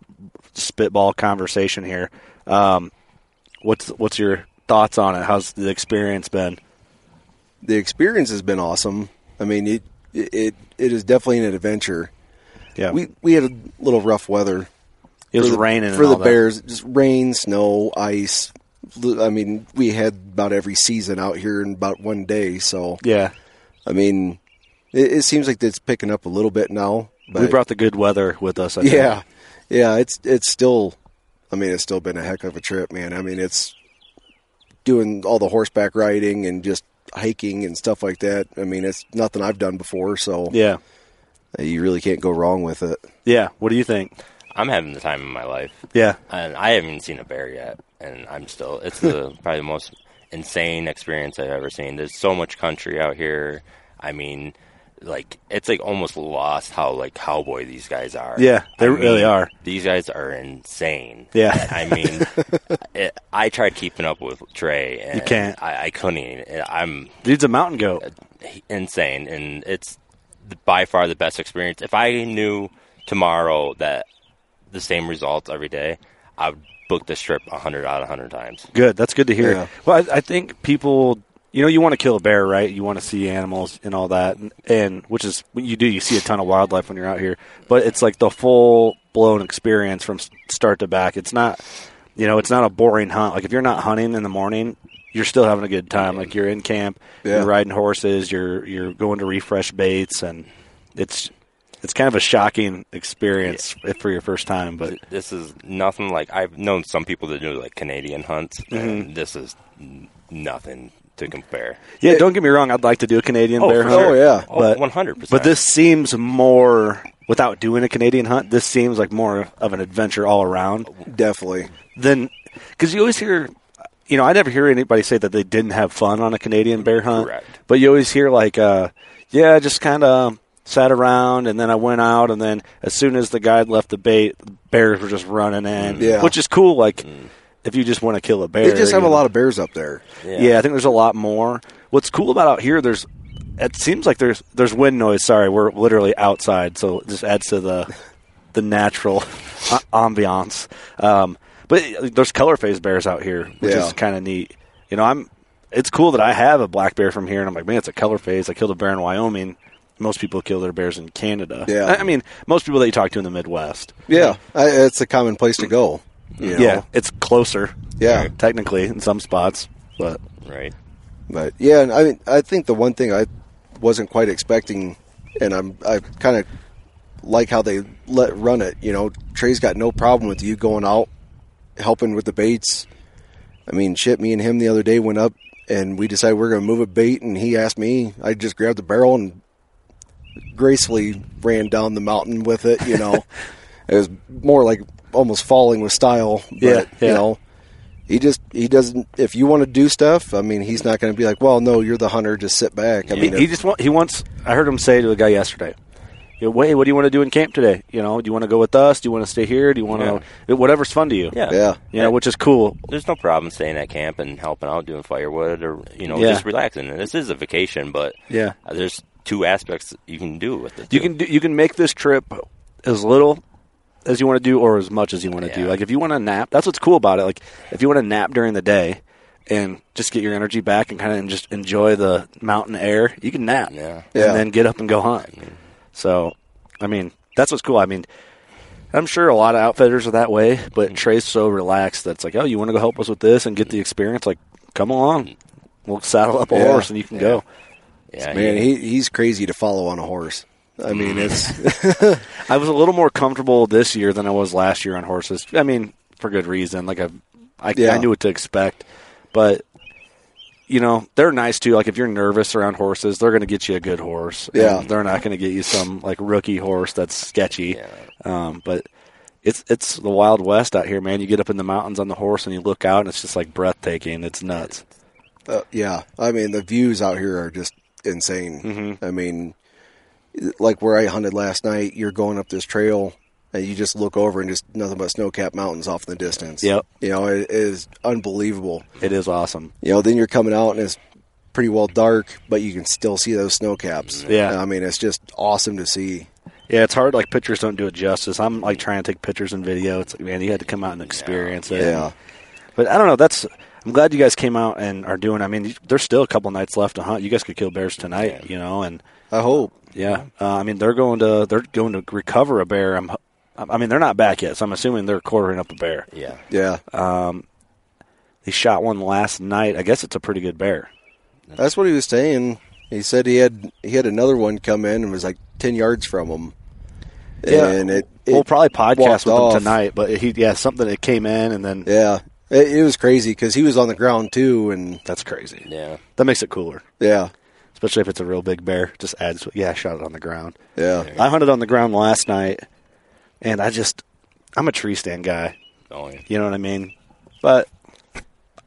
[SPEAKER 2] spitball conversation here. Um, what's what's your thoughts on it? How's the experience been?
[SPEAKER 5] the experience has been awesome. I mean, it it it is definitely an adventure.
[SPEAKER 2] Yeah,
[SPEAKER 5] We we had a little rough weather.
[SPEAKER 2] it was
[SPEAKER 5] for the-
[SPEAKER 2] raining
[SPEAKER 5] for
[SPEAKER 2] and
[SPEAKER 5] the
[SPEAKER 2] all that.
[SPEAKER 5] bears. Just rain, snow, ice. L- I mean, we had about every season out here in about one day. So
[SPEAKER 2] Yeah,
[SPEAKER 5] I mean, it, it seems like it's picking up a little bit now. But
[SPEAKER 2] we brought the good weather with us. I think.
[SPEAKER 5] Yeah, yeah. It's it's still. I mean, it's still been a heck of a trip, man. I mean, it's doing all the horseback riding and just hiking and stuff like that. I mean, it's nothing I've done before, so
[SPEAKER 2] yeah,
[SPEAKER 5] you really can't go wrong with it.
[SPEAKER 2] yeah. What do you think?
[SPEAKER 9] I'm having the time of my life,
[SPEAKER 2] Yeah,
[SPEAKER 9] and I haven't seen a bear yet, and I'm still. It's the probably the most insane experience I've ever seen. There's so much country out here. I mean, like it's like almost lost how like cowboy these guys are.
[SPEAKER 2] Yeah, they
[SPEAKER 9] I
[SPEAKER 2] really
[SPEAKER 9] mean,
[SPEAKER 2] are.
[SPEAKER 9] These guys are insane.
[SPEAKER 2] Yeah.
[SPEAKER 9] I mean, it, I tried keeping up with Trey, and
[SPEAKER 2] You can't.
[SPEAKER 9] I, I couldn't. even- I'm
[SPEAKER 2] Dude's a mountain goat.
[SPEAKER 9] insane, and it's by far the best experience. If I knew tomorrow that the same results every day, I would book this trip hundred out of hundred times.
[SPEAKER 2] Good. That's good to hear.
[SPEAKER 9] Yeah.
[SPEAKER 2] Well, I, I think people, you know, you want to kill a bear, right? You want to see animals and all that, and, and which is what you do. You see a ton of wildlife when you're out here, but it's like the full blown experience from s- start to back. It's not, you know, it's not a boring hunt. Like if you're not hunting in the morning. You're still having a good time. Like you're in camp,
[SPEAKER 5] Yeah.
[SPEAKER 2] you're riding horses, you're you're going to refresh baits, and it's it's kind of a shocking experience for your first time. But
[SPEAKER 9] this is nothing like I've known some people that do like Canadian hunts,
[SPEAKER 2] Mhm.
[SPEAKER 9] and this is n- nothing to compare.
[SPEAKER 2] Yeah, don't get me wrong. I'd like to do a Canadian
[SPEAKER 9] Oh,
[SPEAKER 2] bear
[SPEAKER 9] for
[SPEAKER 2] hunt.
[SPEAKER 9] sure. Oh, yeah. Oh,
[SPEAKER 2] but
[SPEAKER 9] 100%.
[SPEAKER 2] But this seems more without doing a Canadian hunt. This seems like more of an adventure all around.
[SPEAKER 5] Definitely.
[SPEAKER 2] Then, because you always hear, you know, I never hear anybody say that they didn't have fun on a Canadian bear hunt.
[SPEAKER 9] Correct.
[SPEAKER 2] But you always hear like, uh, yeah, I just kind of sat around and then I went out and then as soon as the guide left the bait, the bears were just running in,
[SPEAKER 5] Mm. Yeah. Mm.
[SPEAKER 2] which is cool. Like. If you just want to kill a bear,
[SPEAKER 5] They just have
[SPEAKER 2] you
[SPEAKER 5] a
[SPEAKER 2] know.
[SPEAKER 5] lot of bears up there.
[SPEAKER 2] Yeah. I think there's a lot more. What's cool about out here, there's it seems like there's there's wind noise. Sorry, we're literally outside, so it just adds to the the natural a- ambiance. Um, but there's color phase bears out here, which
[SPEAKER 5] Yeah.
[SPEAKER 2] is kind of neat. You know, I'm it's cool that I have a black bear from here, and I'm like, man, it's a color phase. I killed a bear in Wyoming. Most people kill their bears in Canada.
[SPEAKER 5] Yeah.
[SPEAKER 2] I- I mean, most people that you talk to in the Midwest.
[SPEAKER 5] Yeah, I, it's a common place to go. you know?
[SPEAKER 2] Yeah, it's closer.
[SPEAKER 5] Yeah.
[SPEAKER 2] technically in some spots, but
[SPEAKER 9] right.
[SPEAKER 5] But yeah, and I mean, I think the one thing I wasn't quite expecting, and I'm I kind of like how they let run it. You know, Trey's got no problem with you going out helping with the baits. I mean, shit, me and him the other day went up and we decided we are going to move a bait, and he asked me. I just grabbed the barrel and gracefully ran down the mountain with it. You know, it was more like almost falling with style. But,
[SPEAKER 2] Yeah, yeah.
[SPEAKER 5] you know, he just he doesn't. If you want to do stuff, I mean, he's not going to be like, well, no, you're the hunter, just sit back. I mean,
[SPEAKER 2] he, he just want, he wants. I heard him say to the guy yesterday, you know, "Hey, what do you want to do in camp today? You know, do you want to go with us? Do you want to stay here? Do you want to whatever's fun to you?
[SPEAKER 9] Yeah.
[SPEAKER 5] Yeah.
[SPEAKER 2] you know, which is cool.
[SPEAKER 9] There's no problem staying at camp and helping out, doing firewood, or you know,
[SPEAKER 2] Yeah.
[SPEAKER 9] just relaxing. And this is a vacation, but
[SPEAKER 2] Yeah.
[SPEAKER 9] there's two aspects you can do with it.
[SPEAKER 2] You can do, you can make this trip as little as you want to do or as much as you want to do. Like if you want to nap, that's what's cool about it. Like if you want to nap during the day and just get your energy back and kind of just enjoy the mountain air, you can nap.
[SPEAKER 9] Yeah.
[SPEAKER 5] Yeah.
[SPEAKER 2] And then get up and go hunt. So, I mean, that's what's cool. I mean, I'm sure a lot of outfitters are that way, but Trey's so relaxed that's like, "Oh, you want to go help us with this and get the experience? Like, come along. We'll saddle up a
[SPEAKER 5] Yeah.
[SPEAKER 2] horse and you can go."
[SPEAKER 9] Yeah,
[SPEAKER 5] man, he, he's crazy to follow on a horse. I mean, it's
[SPEAKER 2] I was a little more comfortable this year than I was last year on horses. I mean, for good reason. Like I, I, I
[SPEAKER 5] Yeah.
[SPEAKER 2] knew what to expect, but you know they're nice too. Like if you're nervous around horses, they're going to get you a good horse. And
[SPEAKER 5] Yeah.
[SPEAKER 2] they're not going to get you some like rookie horse that's sketchy. Um, but it's it's the wild west out here, man. You get up in the mountains on the horse and you look out, and it's just like breathtaking. It's nuts.
[SPEAKER 5] Uh, yeah, I mean the views out here are just insane. I mean, like where I hunted last night, you're going up this trail and you just look over and just nothing but snow-capped mountains off in the distance.
[SPEAKER 2] Yep.
[SPEAKER 5] you know it is unbelievable.
[SPEAKER 2] It is awesome.
[SPEAKER 5] You know, then you're coming out and it's pretty well dark, but you can still see those snow caps.
[SPEAKER 9] mm-hmm.
[SPEAKER 2] Yeah.
[SPEAKER 5] I mean it's just awesome to see.
[SPEAKER 2] Yeah, it's hard. Like pictures don't do it justice. I'm like trying to take pictures and video. It's like, man, you had to come out and experience it.
[SPEAKER 5] Yeah.
[SPEAKER 2] But I don't know. That's. I'm glad you guys came out and are doing. I mean, there's still a couple nights left to hunt. You guys could kill bears tonight, you know. And
[SPEAKER 5] I hope.
[SPEAKER 2] yeah, uh, I mean, they're going to they're going to recover a bear. I'm. I mean, they're not back yet, so I'm assuming they're quartering up a bear.
[SPEAKER 9] yeah,
[SPEAKER 5] Yeah,
[SPEAKER 2] They shot one last night. I guess it's a pretty good bear.
[SPEAKER 5] that's what he was saying. He said he had he had another one come in and was like ten yards from him. and it, it
[SPEAKER 2] we'll probably podcast
[SPEAKER 5] walked
[SPEAKER 2] with
[SPEAKER 5] off.
[SPEAKER 2] him tonight. But he, yeah, something that came in and then
[SPEAKER 5] Yeah, it, it was crazy because he was on the ground too, and
[SPEAKER 2] that's crazy.
[SPEAKER 9] yeah.
[SPEAKER 2] That makes it cooler.
[SPEAKER 5] yeah,
[SPEAKER 2] especially if it's a real big bear. Just adds, to it. yeah, I shot it on the ground.
[SPEAKER 5] yeah,
[SPEAKER 2] I hunted on the ground last night, and I just, I'm a tree stand guy.
[SPEAKER 9] Oh, yeah.
[SPEAKER 2] You know what I mean? But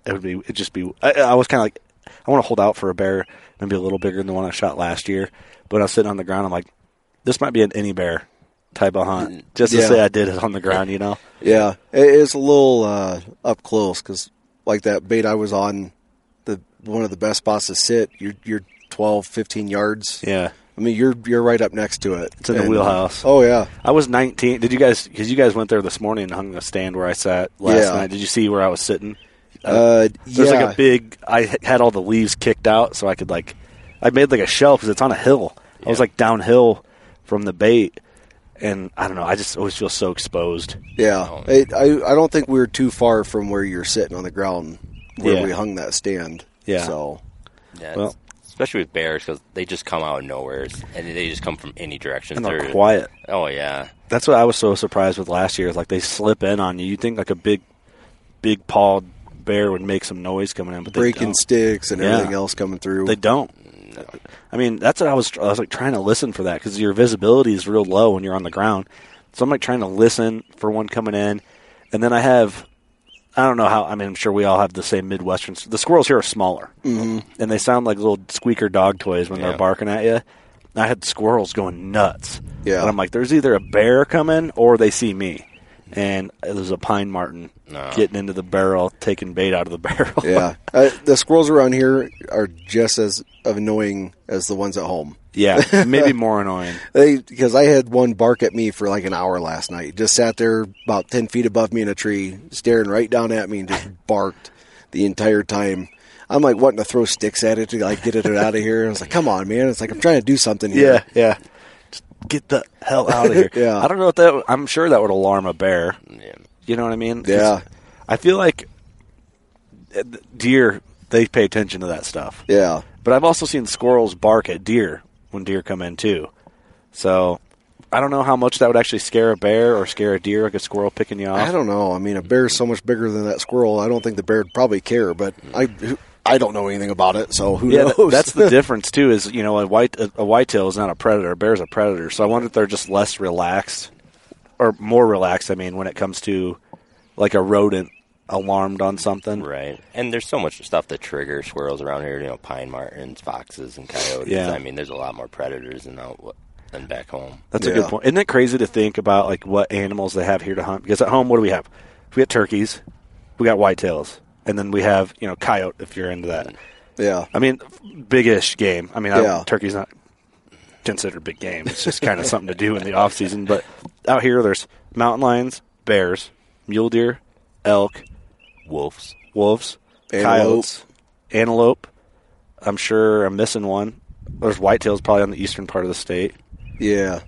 [SPEAKER 2] it would be, it'd just be. I, I was kind of like, I I want to hold out for a bear, maybe a little bigger than the one I shot last year. But when I was sitting on the ground, I'm like, this might be an any bear type of hunt, just to
[SPEAKER 5] Yeah.
[SPEAKER 2] say I did it on the ground, you know?
[SPEAKER 5] Yeah, it, it's a little uh, up close because, like that bait I was on, the one of the best spots to sit. You're you're 12, 15 yards.
[SPEAKER 2] Yeah.
[SPEAKER 5] I mean you're you're right up next to it.
[SPEAKER 2] It's in the
[SPEAKER 5] And-
[SPEAKER 2] wheelhouse.
[SPEAKER 5] Oh yeah,
[SPEAKER 2] I was 19. Did you guys? Because you guys went there this morning and hung the stand where I sat last
[SPEAKER 5] Yeah.
[SPEAKER 2] night. Did you see where I was sitting?
[SPEAKER 5] Uh,
[SPEAKER 2] There's
[SPEAKER 5] yeah.
[SPEAKER 2] like a big. I h- had all the leaves kicked out, so I could like. I made like a shelf because it's on a hill. I was like downhill from the bait, and I don't know. I just always feel so exposed. Oh,
[SPEAKER 5] yeah. It, I I don't think we were too far from where you're sitting on the ground where
[SPEAKER 2] Yeah.
[SPEAKER 5] we hung that stand.
[SPEAKER 2] Yeah.
[SPEAKER 5] So
[SPEAKER 9] Yeah,
[SPEAKER 2] Well-
[SPEAKER 9] it's- especially with bears because they just come out of nowhere and they just come from any direction.
[SPEAKER 2] And they're quiet.
[SPEAKER 9] Oh yeah,
[SPEAKER 2] That's what I was so surprised with last year. Is like they slip in on you. You think like a big, big pawed bear would make some noise coming in, but they
[SPEAKER 5] breaking
[SPEAKER 2] don't.
[SPEAKER 5] sticks and
[SPEAKER 2] Yeah.
[SPEAKER 5] everything else coming through.
[SPEAKER 2] They don't. I mean, that's what I was. I was like trying to listen for that because your visibility is real low when you're on the ground. So I'm like trying to listen for one coming in, and then I have. I don't know how. I mean, I'm sure we all have the same Midwestern. The squirrels here are smaller,
[SPEAKER 5] Mhm.
[SPEAKER 2] and they sound like little squeaker dog toys when
[SPEAKER 9] Yeah.
[SPEAKER 2] they're barking at you. I had squirrels going nuts.
[SPEAKER 5] Yeah.
[SPEAKER 2] and I'm like, there's either a bear coming or they see me. And it was a pine martin
[SPEAKER 9] No.
[SPEAKER 2] getting into the barrel, taking bait out of the barrel.
[SPEAKER 5] yeah, uh, the squirrels around here are just as annoying as the ones at home.
[SPEAKER 2] yeah, maybe more annoying.
[SPEAKER 5] They because I had one bark at me for like an hour last night. Just sat there about ten feet above me in a tree, staring right down at me, and just barked the entire time. I'm like wanting to throw sticks at it to like get it out of here. I was like, "Come on, man!" It's like I'm trying to do something
[SPEAKER 2] Yeah,
[SPEAKER 5] here.
[SPEAKER 2] yeah. Just get the hell out of here.
[SPEAKER 5] Yeah.
[SPEAKER 2] I don't know if that. I'm sure that would alarm a bear. You know what I mean? 'Cause
[SPEAKER 5] Yeah.
[SPEAKER 2] I feel like uh, deer. They pay attention to that stuff.
[SPEAKER 5] Yeah,
[SPEAKER 2] But I've also seen squirrels bark at deer when deer come in too. So I don't know how much that would actually scare a bear or scare a deer, like a squirrel picking you off.
[SPEAKER 5] I don't know. I mean, a bear's so much bigger than that squirrel. I don't think the bear would probably care, but I I don't know anything about it, so who
[SPEAKER 2] yeah,
[SPEAKER 5] knows?
[SPEAKER 2] that- that's the difference too. Is you know a white a, a whitetail is not a predator. A bear's a predator. So I wonder if they're just less relaxed or more relaxed. I mean, when it comes to like a rodent alarmed on something.
[SPEAKER 9] right. And there's so much stuff that triggers squirrels around here. You know, pine martins, foxes, and coyotes.
[SPEAKER 2] Yeah.
[SPEAKER 9] I mean, there's a lot more predators than out than back home.
[SPEAKER 2] That's a good
[SPEAKER 5] Yeah.
[SPEAKER 2] point. Isn't it crazy to think about like what animals they have here to hunt? Because at home, what do we have? We got turkeys, we got whitetails, and then we have you know coyote if you're into that.
[SPEAKER 5] yeah.
[SPEAKER 2] I mean, big-ish game. I mean,
[SPEAKER 5] Yeah.
[SPEAKER 2] I, turkey's not considered big game. It's just kind of something to do in the off season. But out here, there's mountain lions, bears, mule deer, elk,
[SPEAKER 9] Wolves.
[SPEAKER 2] wolves,
[SPEAKER 5] Antelope.
[SPEAKER 2] coyotes, antelope. I'm sure I'm missing one. There's whitetails probably on the eastern part of the state.
[SPEAKER 5] Yeah.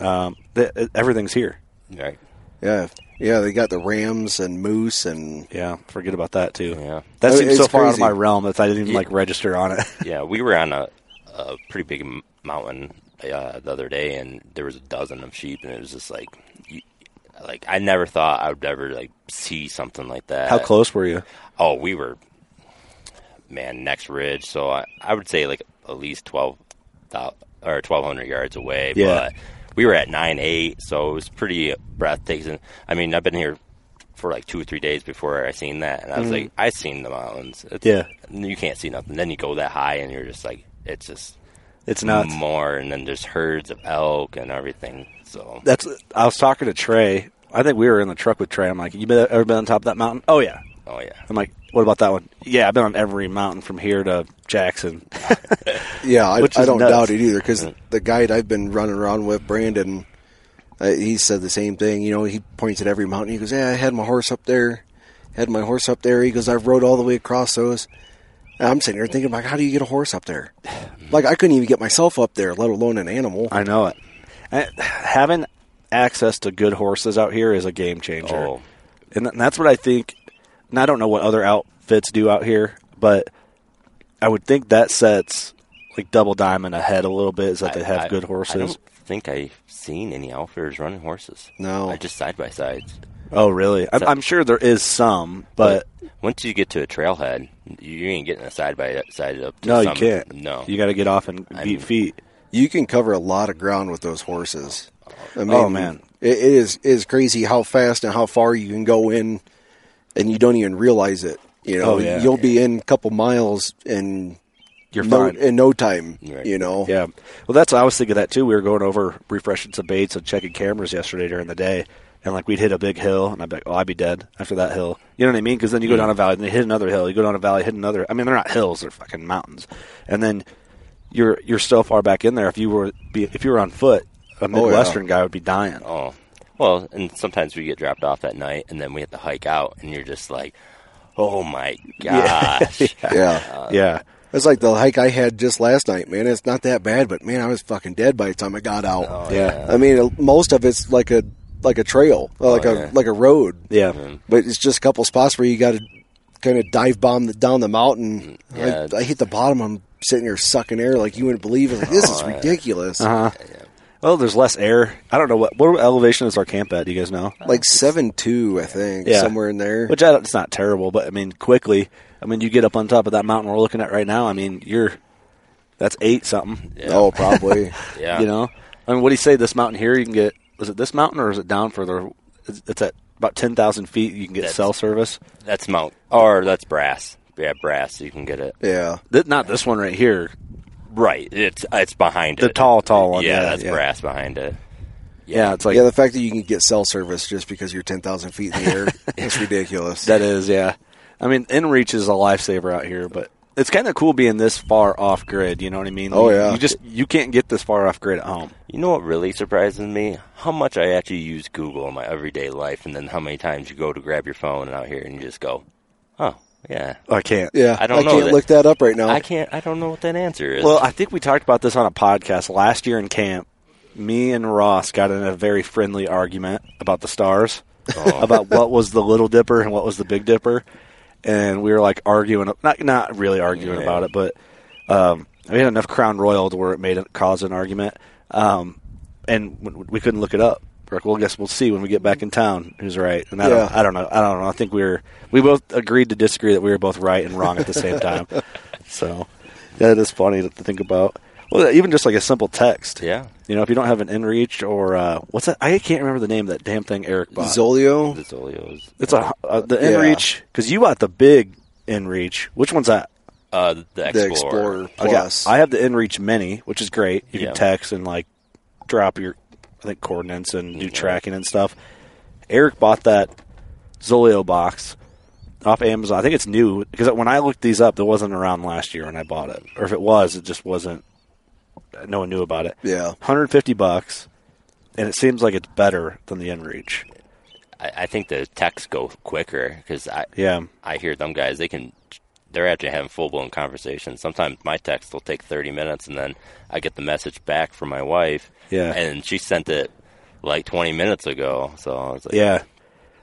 [SPEAKER 2] Um, th- everything's here.
[SPEAKER 9] Right.
[SPEAKER 5] Yeah. Yeah, they got the rams and moose and
[SPEAKER 2] Yeah, forget about that too.
[SPEAKER 9] Yeah.
[SPEAKER 2] that
[SPEAKER 5] I mean,
[SPEAKER 2] seems so
[SPEAKER 5] it's
[SPEAKER 2] far out of
[SPEAKER 5] crazy.
[SPEAKER 2] my realm that I didn't even
[SPEAKER 9] Yeah.
[SPEAKER 2] like register on it.
[SPEAKER 9] Yeah, we were on a, a pretty big m- mountain uh, the other day, and there was a dozen of sheep, and it was just like, you, like I never thought I would ever like see something like that.
[SPEAKER 2] How close were you?
[SPEAKER 9] Oh, we were, man, next ridge. So I, I would say like at least twelve thou- or twelve hundred yards away.
[SPEAKER 2] Yeah.
[SPEAKER 9] But we were at nine eight, so it was pretty breathtaking. I mean, I've been here for like two or three days before I seen that, and I was like, I seen the mountains. It's,
[SPEAKER 2] Mm. Yeah.
[SPEAKER 9] you can't see nothing. Then you go that high, and you're just like, it's just Hmm.
[SPEAKER 2] It's not.
[SPEAKER 9] more. And then there's herds of elk and everything. So
[SPEAKER 2] That's. I was talking to Trey. I think we were in the truck with Trey. I'm like, you been, ever been on top of that mountain? Oh yeah.
[SPEAKER 9] oh yeah,
[SPEAKER 2] I'm like, what about that one? Yeah, I've been on every mountain from here to Jackson.
[SPEAKER 5] Yeah, I,
[SPEAKER 2] Which
[SPEAKER 5] I
[SPEAKER 2] is
[SPEAKER 5] don't
[SPEAKER 2] nuts.
[SPEAKER 5] doubt it either because the guide I've been running around with, Brandon, uh, he said the same thing. You know, he points at every mountain. He goes, "Yeah, I had my horse up there. Had my horse up there." He goes, "I've rode all the way across those." And I'm sitting here thinking, like, how do you get a horse up there? Like, I couldn't even get myself up there, let alone an animal.
[SPEAKER 2] I know it. And having access to good horses out here is a game changer.
[SPEAKER 9] Oh.
[SPEAKER 2] And, th- and that's what I think. And I don't know what other outfits do out here, but I would think that sets like Double Diamond ahead a little bit is that they have
[SPEAKER 9] I-
[SPEAKER 2] good
[SPEAKER 9] I
[SPEAKER 2] horses.
[SPEAKER 9] don't think I've seen any outfitters running horses.
[SPEAKER 5] No.
[SPEAKER 9] I just side by sides.
[SPEAKER 2] Oh, really? I'm,
[SPEAKER 9] So-
[SPEAKER 2] I'm sure there is some, but,
[SPEAKER 9] once you get to a trailhead, you ain't getting a side by side up. To
[SPEAKER 2] no, you
[SPEAKER 9] some-
[SPEAKER 2] can't.
[SPEAKER 9] No,
[SPEAKER 2] you got to get off and beat
[SPEAKER 9] I mean-
[SPEAKER 2] feet.
[SPEAKER 5] You can cover a lot of ground with those horses. I mean,
[SPEAKER 2] Oh, man.
[SPEAKER 5] it, it is it is crazy how fast and how far you can go in, and you don't even realize it. You know,
[SPEAKER 2] Oh, yeah.
[SPEAKER 5] you'll be in a couple miles and You're
[SPEAKER 2] no-
[SPEAKER 5] in no time. You know.
[SPEAKER 2] Yeah. Well, that's I was thinking that too. We were going over refreshing some baits and checking cameras yesterday during the day, and like we'd hit a big hill, and I'd be like, "Oh, I'd be dead after that hill." You know what I mean? Because then you go down a valley, and they hit another hill. You go down a valley, hit another. I mean, they're not hills; they're fucking mountains. And then you're you're so far back in there. If you were be, if you were on foot, a
[SPEAKER 9] yeah.
[SPEAKER 2] midwestern guy would be dying.
[SPEAKER 9] Oh, well, and sometimes we get dropped off at night, and then we have to hike out, and you're just like, oh my
[SPEAKER 5] Yeah.
[SPEAKER 9] gosh,
[SPEAKER 5] Yeah.
[SPEAKER 9] Uh,
[SPEAKER 2] yeah.
[SPEAKER 5] It's like the hike I had just last night, man. It's not that bad, but man, I was fucking dead by the time I got out.
[SPEAKER 2] yeah.
[SPEAKER 5] I mean, uh, most of it's like a like a trail, uh, like
[SPEAKER 2] Oh,
[SPEAKER 5] a
[SPEAKER 2] yeah.
[SPEAKER 5] like a road.
[SPEAKER 2] Yeah.
[SPEAKER 5] But it's just a couple spots where you got to kind of dive bomb the, down the mountain.
[SPEAKER 9] Yeah.
[SPEAKER 5] I, I hit the bottom. I'm sitting here sucking air like you wouldn't believe. it. like, this is
[SPEAKER 2] Oh, yeah.
[SPEAKER 5] ridiculous.
[SPEAKER 2] Uh huh. Well, there's less air. I don't know what what elevation is our camp at. Do you guys know?
[SPEAKER 5] Like seven two, I think, somewhere in there.
[SPEAKER 2] Which I don't, it's not terrible, but I mean, quickly. I mean, you get up on top of that mountain we're looking at right now. I mean, you're that's eight something.
[SPEAKER 5] Oh, probably.
[SPEAKER 9] Yeah.
[SPEAKER 2] You know, I mean, what do you say? This mountain here, you can get. Was it this mountain or is it down further? It's, it's at about ten thousand feet. You can get
[SPEAKER 9] That's-
[SPEAKER 2] cell service.
[SPEAKER 9] that's Mount, or that's Brass. Yeah, Brass. You can get it.
[SPEAKER 5] Yeah.
[SPEAKER 2] Th- not this one right here.
[SPEAKER 9] Right. It's it's behind
[SPEAKER 2] The
[SPEAKER 9] it.
[SPEAKER 2] tall, tall one,
[SPEAKER 9] Yeah,
[SPEAKER 2] yeah,
[SPEAKER 9] that's
[SPEAKER 2] yeah.
[SPEAKER 9] Brass behind it.
[SPEAKER 2] Yeah, it's like
[SPEAKER 5] yeah, the fact that you can get cell service just because you're ten thousand feet in the air, it's ridiculous.
[SPEAKER 2] That is, yeah. I mean, inReach is a lifesaver out here, but it's kind of cool being this far off grid. You know what I mean?
[SPEAKER 9] Oh,
[SPEAKER 2] You-
[SPEAKER 9] yeah.
[SPEAKER 2] You just you can't get this far off grid at home.
[SPEAKER 9] You know what really surprises me? How much I actually use Google in my everyday life, and then how many times you go to grab your phone and out here and you just go, oh, yeah.
[SPEAKER 2] I can't.
[SPEAKER 5] Yeah,
[SPEAKER 9] I don't know.
[SPEAKER 5] can't look that up right now.
[SPEAKER 9] I can't. I don't know what that answer is.
[SPEAKER 2] Well, I think we talked about this on a podcast last year in camp. Me and Ross got in a very friendly argument about the stars,
[SPEAKER 9] Oh.
[SPEAKER 2] about what was the Little Dipper and what was the Big Dipper, and we were like arguing, not not really arguing
[SPEAKER 9] Yeah.
[SPEAKER 2] about it, but um, we had enough Crown Royal to where it made it cause an argument, um, and w- we couldn't look it up. We're like, well, I guess we'll see when we get back in town who's right. And I don't,
[SPEAKER 5] Yeah.
[SPEAKER 2] I don't know, I don't know. I think we were we both agreed to disagree that we were both right and wrong at the same time. So that is funny to think about. Well, even just like a simple text.
[SPEAKER 9] Yeah.
[SPEAKER 2] You know, if you don't have an inReach or uh, what's that? I can't remember the name of that damn thing Eric bought.
[SPEAKER 5] Zolio.
[SPEAKER 9] The Zolios.
[SPEAKER 2] It's a uh, the
[SPEAKER 5] Yeah.
[SPEAKER 2] inReach because you bought the big inReach. Which one's that?
[SPEAKER 9] Uh, the Explorer.
[SPEAKER 2] Okay, I have the inReach Mini, which is great. You
[SPEAKER 9] Yeah.
[SPEAKER 2] can text and like drop your I think coordinates and do tracking and stuff. Eric bought that Zolio box off Amazon. I think it's new because when I looked these up, it wasn't around last year when I bought it, or if it was, it just wasn't. No one knew about it.
[SPEAKER 5] Yeah.
[SPEAKER 2] 150 bucks, and it seems like it's better than the inReach.
[SPEAKER 9] I, I think the texts go quicker because I
[SPEAKER 2] Yeah.
[SPEAKER 9] I hear them guys they can they're actually having full blown conversations. Sometimes my text will take thirty minutes and then I get the message back from my wife.
[SPEAKER 2] Yeah.
[SPEAKER 9] and she sent it like twenty minutes ago. So I was like,
[SPEAKER 2] Yeah.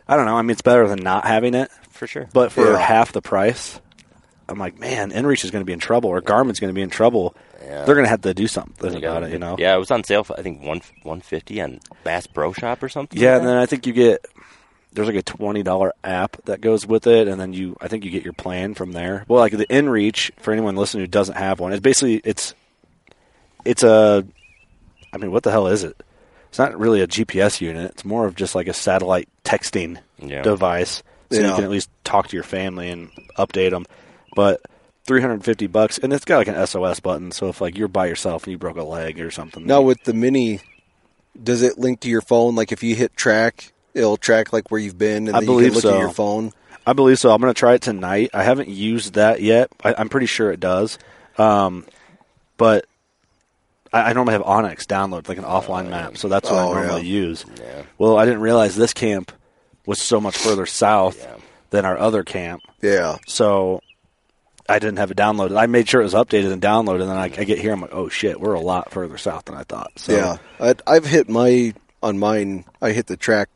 [SPEAKER 2] I don't know. I mean, it's better than not having it
[SPEAKER 9] for sure.
[SPEAKER 2] But for
[SPEAKER 9] Yeah.
[SPEAKER 2] half the price, I'm like, man, Enreach is going to be in trouble, or Garmin's going to be in trouble.
[SPEAKER 9] Yeah.
[SPEAKER 2] They're going to have to do something
[SPEAKER 9] They
[SPEAKER 2] about
[SPEAKER 9] got-
[SPEAKER 2] it, you know.
[SPEAKER 9] Yeah, it was on sale. For, I think one one fifty on Bass Pro Shop or something.
[SPEAKER 2] Yeah,
[SPEAKER 9] like
[SPEAKER 2] and then I think you get there's like a twenty dollar app that goes with it, and then you I think you get your plan from there. Well, like the InReach for anyone listening who doesn't have one, it's basically it's it's a I mean, what the hell is it? It's not really a GPS unit. It's more of just like a satellite texting
[SPEAKER 9] Yeah.
[SPEAKER 2] device, so you
[SPEAKER 5] Yeah.
[SPEAKER 2] can at least talk to your family and update them. But 350 bucks, and it's got like an SOS button. So if like you're by yourself and you broke a leg or something,
[SPEAKER 5] Now with the mini, does it link to your phone? Like if you hit track, it'll track like where you've been, and
[SPEAKER 2] I
[SPEAKER 5] then
[SPEAKER 2] believe
[SPEAKER 5] you can look
[SPEAKER 2] so.
[SPEAKER 5] at your phone.
[SPEAKER 2] I believe so. I'm going to try it tonight. I haven't used that yet. I, I'm pretty sure it does. Um, but I, I normally have Onyx download like an offline map, so that's what
[SPEAKER 5] Oh,
[SPEAKER 2] I normally
[SPEAKER 5] yeah.
[SPEAKER 2] use. Well, I didn't realize this camp was so much further south than our other camp.
[SPEAKER 5] Yeah.
[SPEAKER 2] So I didn't have it downloaded. I made sure it was updated and downloaded, and then I, I get here. I'm like, oh shit, we're a lot further south than I thought. So
[SPEAKER 5] Yeah, I, I've hit my on mine. I hit the track,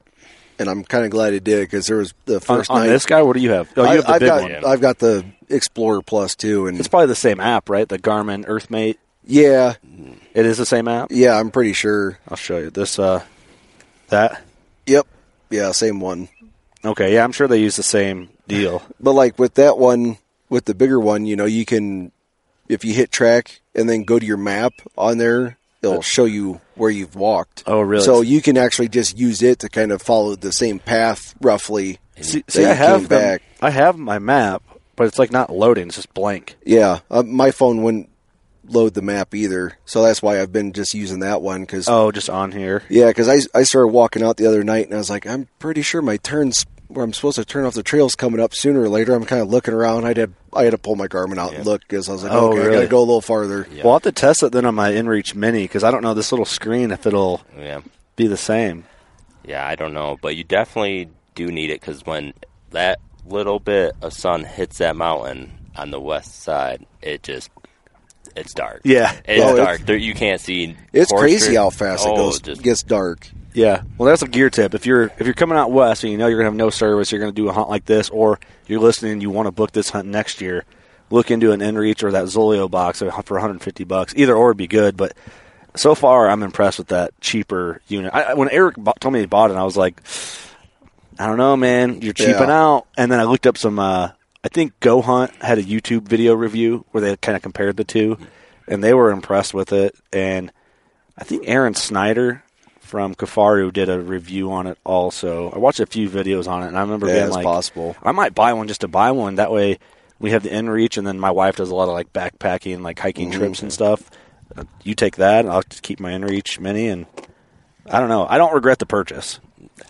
[SPEAKER 5] and I'm kind of glad it did because there was the
[SPEAKER 2] On-
[SPEAKER 5] first
[SPEAKER 2] on,
[SPEAKER 5] night.
[SPEAKER 2] this guy, what do you have? Oh, you
[SPEAKER 5] I,
[SPEAKER 2] have the
[SPEAKER 5] have
[SPEAKER 2] big
[SPEAKER 5] got
[SPEAKER 2] one.
[SPEAKER 5] I've got the Explorer Plus too, and
[SPEAKER 2] It's probably the same app, right? The Garmin EarthMate.
[SPEAKER 5] yeah,
[SPEAKER 2] It is the same app.
[SPEAKER 5] yeah, I'm pretty sure.
[SPEAKER 2] I'll show you this. Uh, that.
[SPEAKER 5] Yep, yeah, same one.
[SPEAKER 2] Okay, yeah, I'm sure they use the same deal.
[SPEAKER 5] But like with that one, with the bigger one, you know, you can if you hit track and then go to your map on there, it'll show you where you've walked.
[SPEAKER 2] Oh, really?
[SPEAKER 5] So you can actually just use it to kind of follow the same path roughly.
[SPEAKER 2] See,
[SPEAKER 5] that
[SPEAKER 2] see
[SPEAKER 5] you
[SPEAKER 2] I have
[SPEAKER 5] came
[SPEAKER 2] them-
[SPEAKER 5] back.
[SPEAKER 2] I have my map, but it's like not loading; it's just blank.
[SPEAKER 5] Yeah, uh, my phone wouldn't load the map either, so that's why I've been just using that one because
[SPEAKER 2] Oh, just on here.
[SPEAKER 5] yeah, because I I started walking out the other night and I was like, I'm pretty sure my turns where I'm supposed to turn off the trails coming up sooner or later. I'm kind of looking around. I had I had to pull my Garmin out and look because I was like,
[SPEAKER 2] Oh,
[SPEAKER 5] okay, I
[SPEAKER 2] really?
[SPEAKER 5] gotta go a little farther.
[SPEAKER 2] Well, I'll have to test it then on my InReach Mini because I don't know this little screen if it'll
[SPEAKER 9] Oh, Yeah.
[SPEAKER 2] be the same.
[SPEAKER 9] Yeah, I don't know, but you definitely do need it because when that little bit of sun hits that mountain on the west side, it just it's dark.
[SPEAKER 2] Yeah.
[SPEAKER 9] it's
[SPEAKER 5] Oh, it's-
[SPEAKER 9] dark. There, you can't see.
[SPEAKER 5] It's
[SPEAKER 9] horse
[SPEAKER 5] crazy
[SPEAKER 9] tra-
[SPEAKER 5] how fast
[SPEAKER 9] Oh,
[SPEAKER 5] it goes.
[SPEAKER 9] just-
[SPEAKER 5] gets dark.
[SPEAKER 2] Yeah. Well, that's a gear tip. If you're if you're coming out west and you know you're gonna have no service, you're gonna do a hunt like this, or you're listening, and you want to book this hunt next year, look into an InReach or that Zolio box for 150 bucks. Either or would be good, but so far I'm impressed with that cheaper unit. I, I- when Eric bought, told me he bought it, I was like, I don't know, man, you're cheaping
[SPEAKER 5] Yeah.
[SPEAKER 2] out. And then I looked up some. Uh, I think Go Hunt had a YouTube video review where they kind of compared the two, and they were impressed with it. And I think Aaron Snyder from Kafaru did a review on it also. I watched a few videos on it, and I remember
[SPEAKER 5] Yeah,
[SPEAKER 2] being
[SPEAKER 5] it's
[SPEAKER 2] like,
[SPEAKER 5] possible.
[SPEAKER 2] I might buy one just to buy one. That way, we have the in reach, and then my wife does a lot of like backpacking, like hiking
[SPEAKER 5] Mm-hmm.
[SPEAKER 2] trips and stuff. Uh, You take that, and I'll just keep my in reach mini, and I don't know. I don't regret the purchase.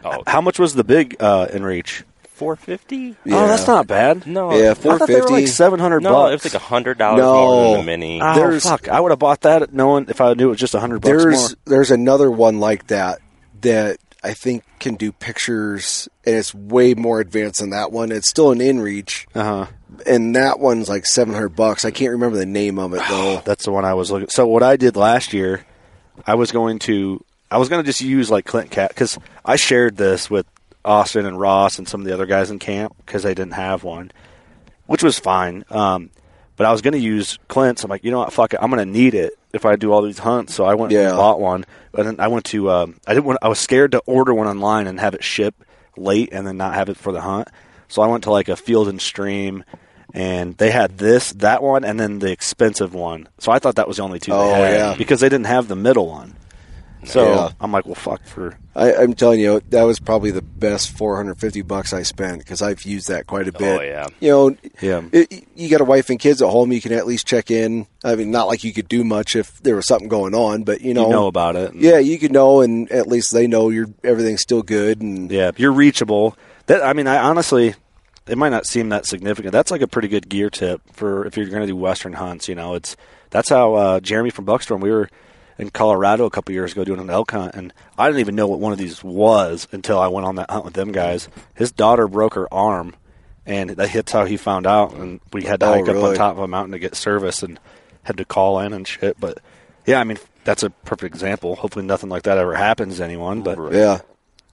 [SPEAKER 9] Oh,
[SPEAKER 2] How much was the big uh, in reach?
[SPEAKER 9] four fifty?
[SPEAKER 2] Oh,
[SPEAKER 5] Yeah.
[SPEAKER 2] that's not bad.
[SPEAKER 9] No,
[SPEAKER 5] Yeah,
[SPEAKER 9] I
[SPEAKER 2] I thought they were
[SPEAKER 5] 450.
[SPEAKER 2] like seven hundred
[SPEAKER 9] no,
[SPEAKER 2] bucks.
[SPEAKER 9] it was like a hundred dollars
[SPEAKER 5] No.
[SPEAKER 9] more than the mini.
[SPEAKER 2] Oh,
[SPEAKER 5] There's-
[SPEAKER 2] fuck! I would have bought that knowing if I knew it was just a hundred bucks more.
[SPEAKER 5] there's there's another one like that that I think can do pictures, and it's way more advanced than that one. It's still an InReach,
[SPEAKER 2] Uh huh.
[SPEAKER 5] and that one's like seven hundred bucks. I can't remember the name of it though.
[SPEAKER 2] That's the one I was looking. So what I did last year, I was going to, I was going to just use like Clint Cat because I shared this with Austin and Ross and some of the other guys in camp because they didn't have one, which was fine. Um, but I was going to use Clint's. I'm like, you know what? Fuck it. I'm going to need it if I do all these hunts. So I went
[SPEAKER 5] Yeah.
[SPEAKER 2] and bought one. But then I went to, um, I didn't want. I was scared to order one online and have it ship late and then not have it for the hunt. So I went to like a Field and Stream. And they had this, that one, and then the expensive one. So I thought that was the only two
[SPEAKER 5] Oh,
[SPEAKER 2] they had
[SPEAKER 5] yeah.
[SPEAKER 2] because they didn't have the middle one. So
[SPEAKER 5] Yeah.
[SPEAKER 2] I'm like, well, fuck for
[SPEAKER 5] I, I'm telling you, that was probably the best 450 bucks I spent because I've used that quite a bit.
[SPEAKER 9] Oh, yeah.
[SPEAKER 5] you know,
[SPEAKER 2] Yeah.
[SPEAKER 5] it- you got a wife and kids at home. You can at least check in. I mean, not like you could do much if there was something going on, but you know,
[SPEAKER 2] you know about it.
[SPEAKER 5] Oh. yeah, you could know, and at least they know you're everything's still good. And
[SPEAKER 2] yeah, you're reachable. That I mean, I honestly, it might not seem that significant. That's like a pretty good gear tip for if you're going to do western hunts. You know, it's that's how uh, Jeremy from Buckstorm. We were in Colorado a couple years ago doing an elk hunt, and I didn't even know what one of these was until I went on that hunt with them guys. His daughter broke her arm, and that- that's how he found out. And we had to
[SPEAKER 5] Oh,
[SPEAKER 2] hike up on
[SPEAKER 5] really?
[SPEAKER 2] top of a mountain to get service, and had to call in and shit. But yeah, I mean. That's a perfect example. Hopefully, nothing like that ever happens to anyone. But
[SPEAKER 5] yeah,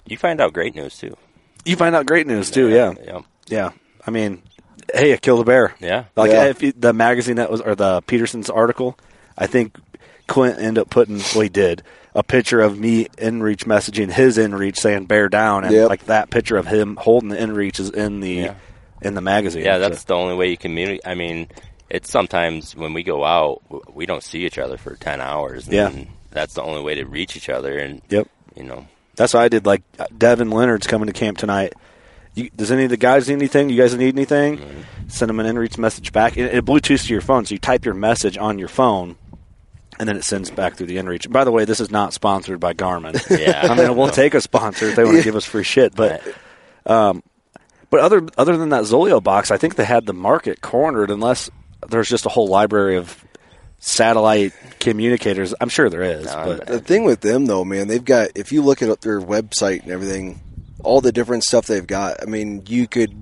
[SPEAKER 9] You find out great news too.
[SPEAKER 2] you find out great news too. Yeah, yeah.
[SPEAKER 9] yeah.
[SPEAKER 2] I mean, hey, it killed a bear.
[SPEAKER 9] Yeah.
[SPEAKER 2] like
[SPEAKER 5] Yeah.
[SPEAKER 2] If you- the magazine that was or the Peterson's article, I think Clint ended up putting. Well, he did a picture of me in reach messaging his in reach saying bear down, and
[SPEAKER 5] Yep.
[SPEAKER 2] like that picture of him holding the in reach is in the
[SPEAKER 9] Yeah.
[SPEAKER 2] in the magazine.
[SPEAKER 9] Yeah, that's
[SPEAKER 2] So-
[SPEAKER 9] the only way you communicate. I mean, it's sometimes when we go out, w- we don't see each other for ten hours. And
[SPEAKER 2] Yeah.
[SPEAKER 9] that's the only way to reach each other. And
[SPEAKER 2] Yep.
[SPEAKER 9] you know,
[SPEAKER 2] that's what I did. Like Devin Leonard's coming to camp tonight. You, does any of the guys need anything? You guys need anything? Send them an in-reach message back. It, it Bluetooths to your phone, so you type your message on your phone, and then it sends back through the in-reach. By the way, this is not sponsored by Garmin.
[SPEAKER 9] Yeah.
[SPEAKER 2] I mean, we'll take a sponsor if they want to give us free shit. But, um, but other other than that Zolio box, I think they had the market cornered. Unless there's just a whole library of satellite communicators. I'm sure there is, but
[SPEAKER 5] The thing with them though, man, they've got if you look at their website and everything, all the different stuff they've got. I mean, you could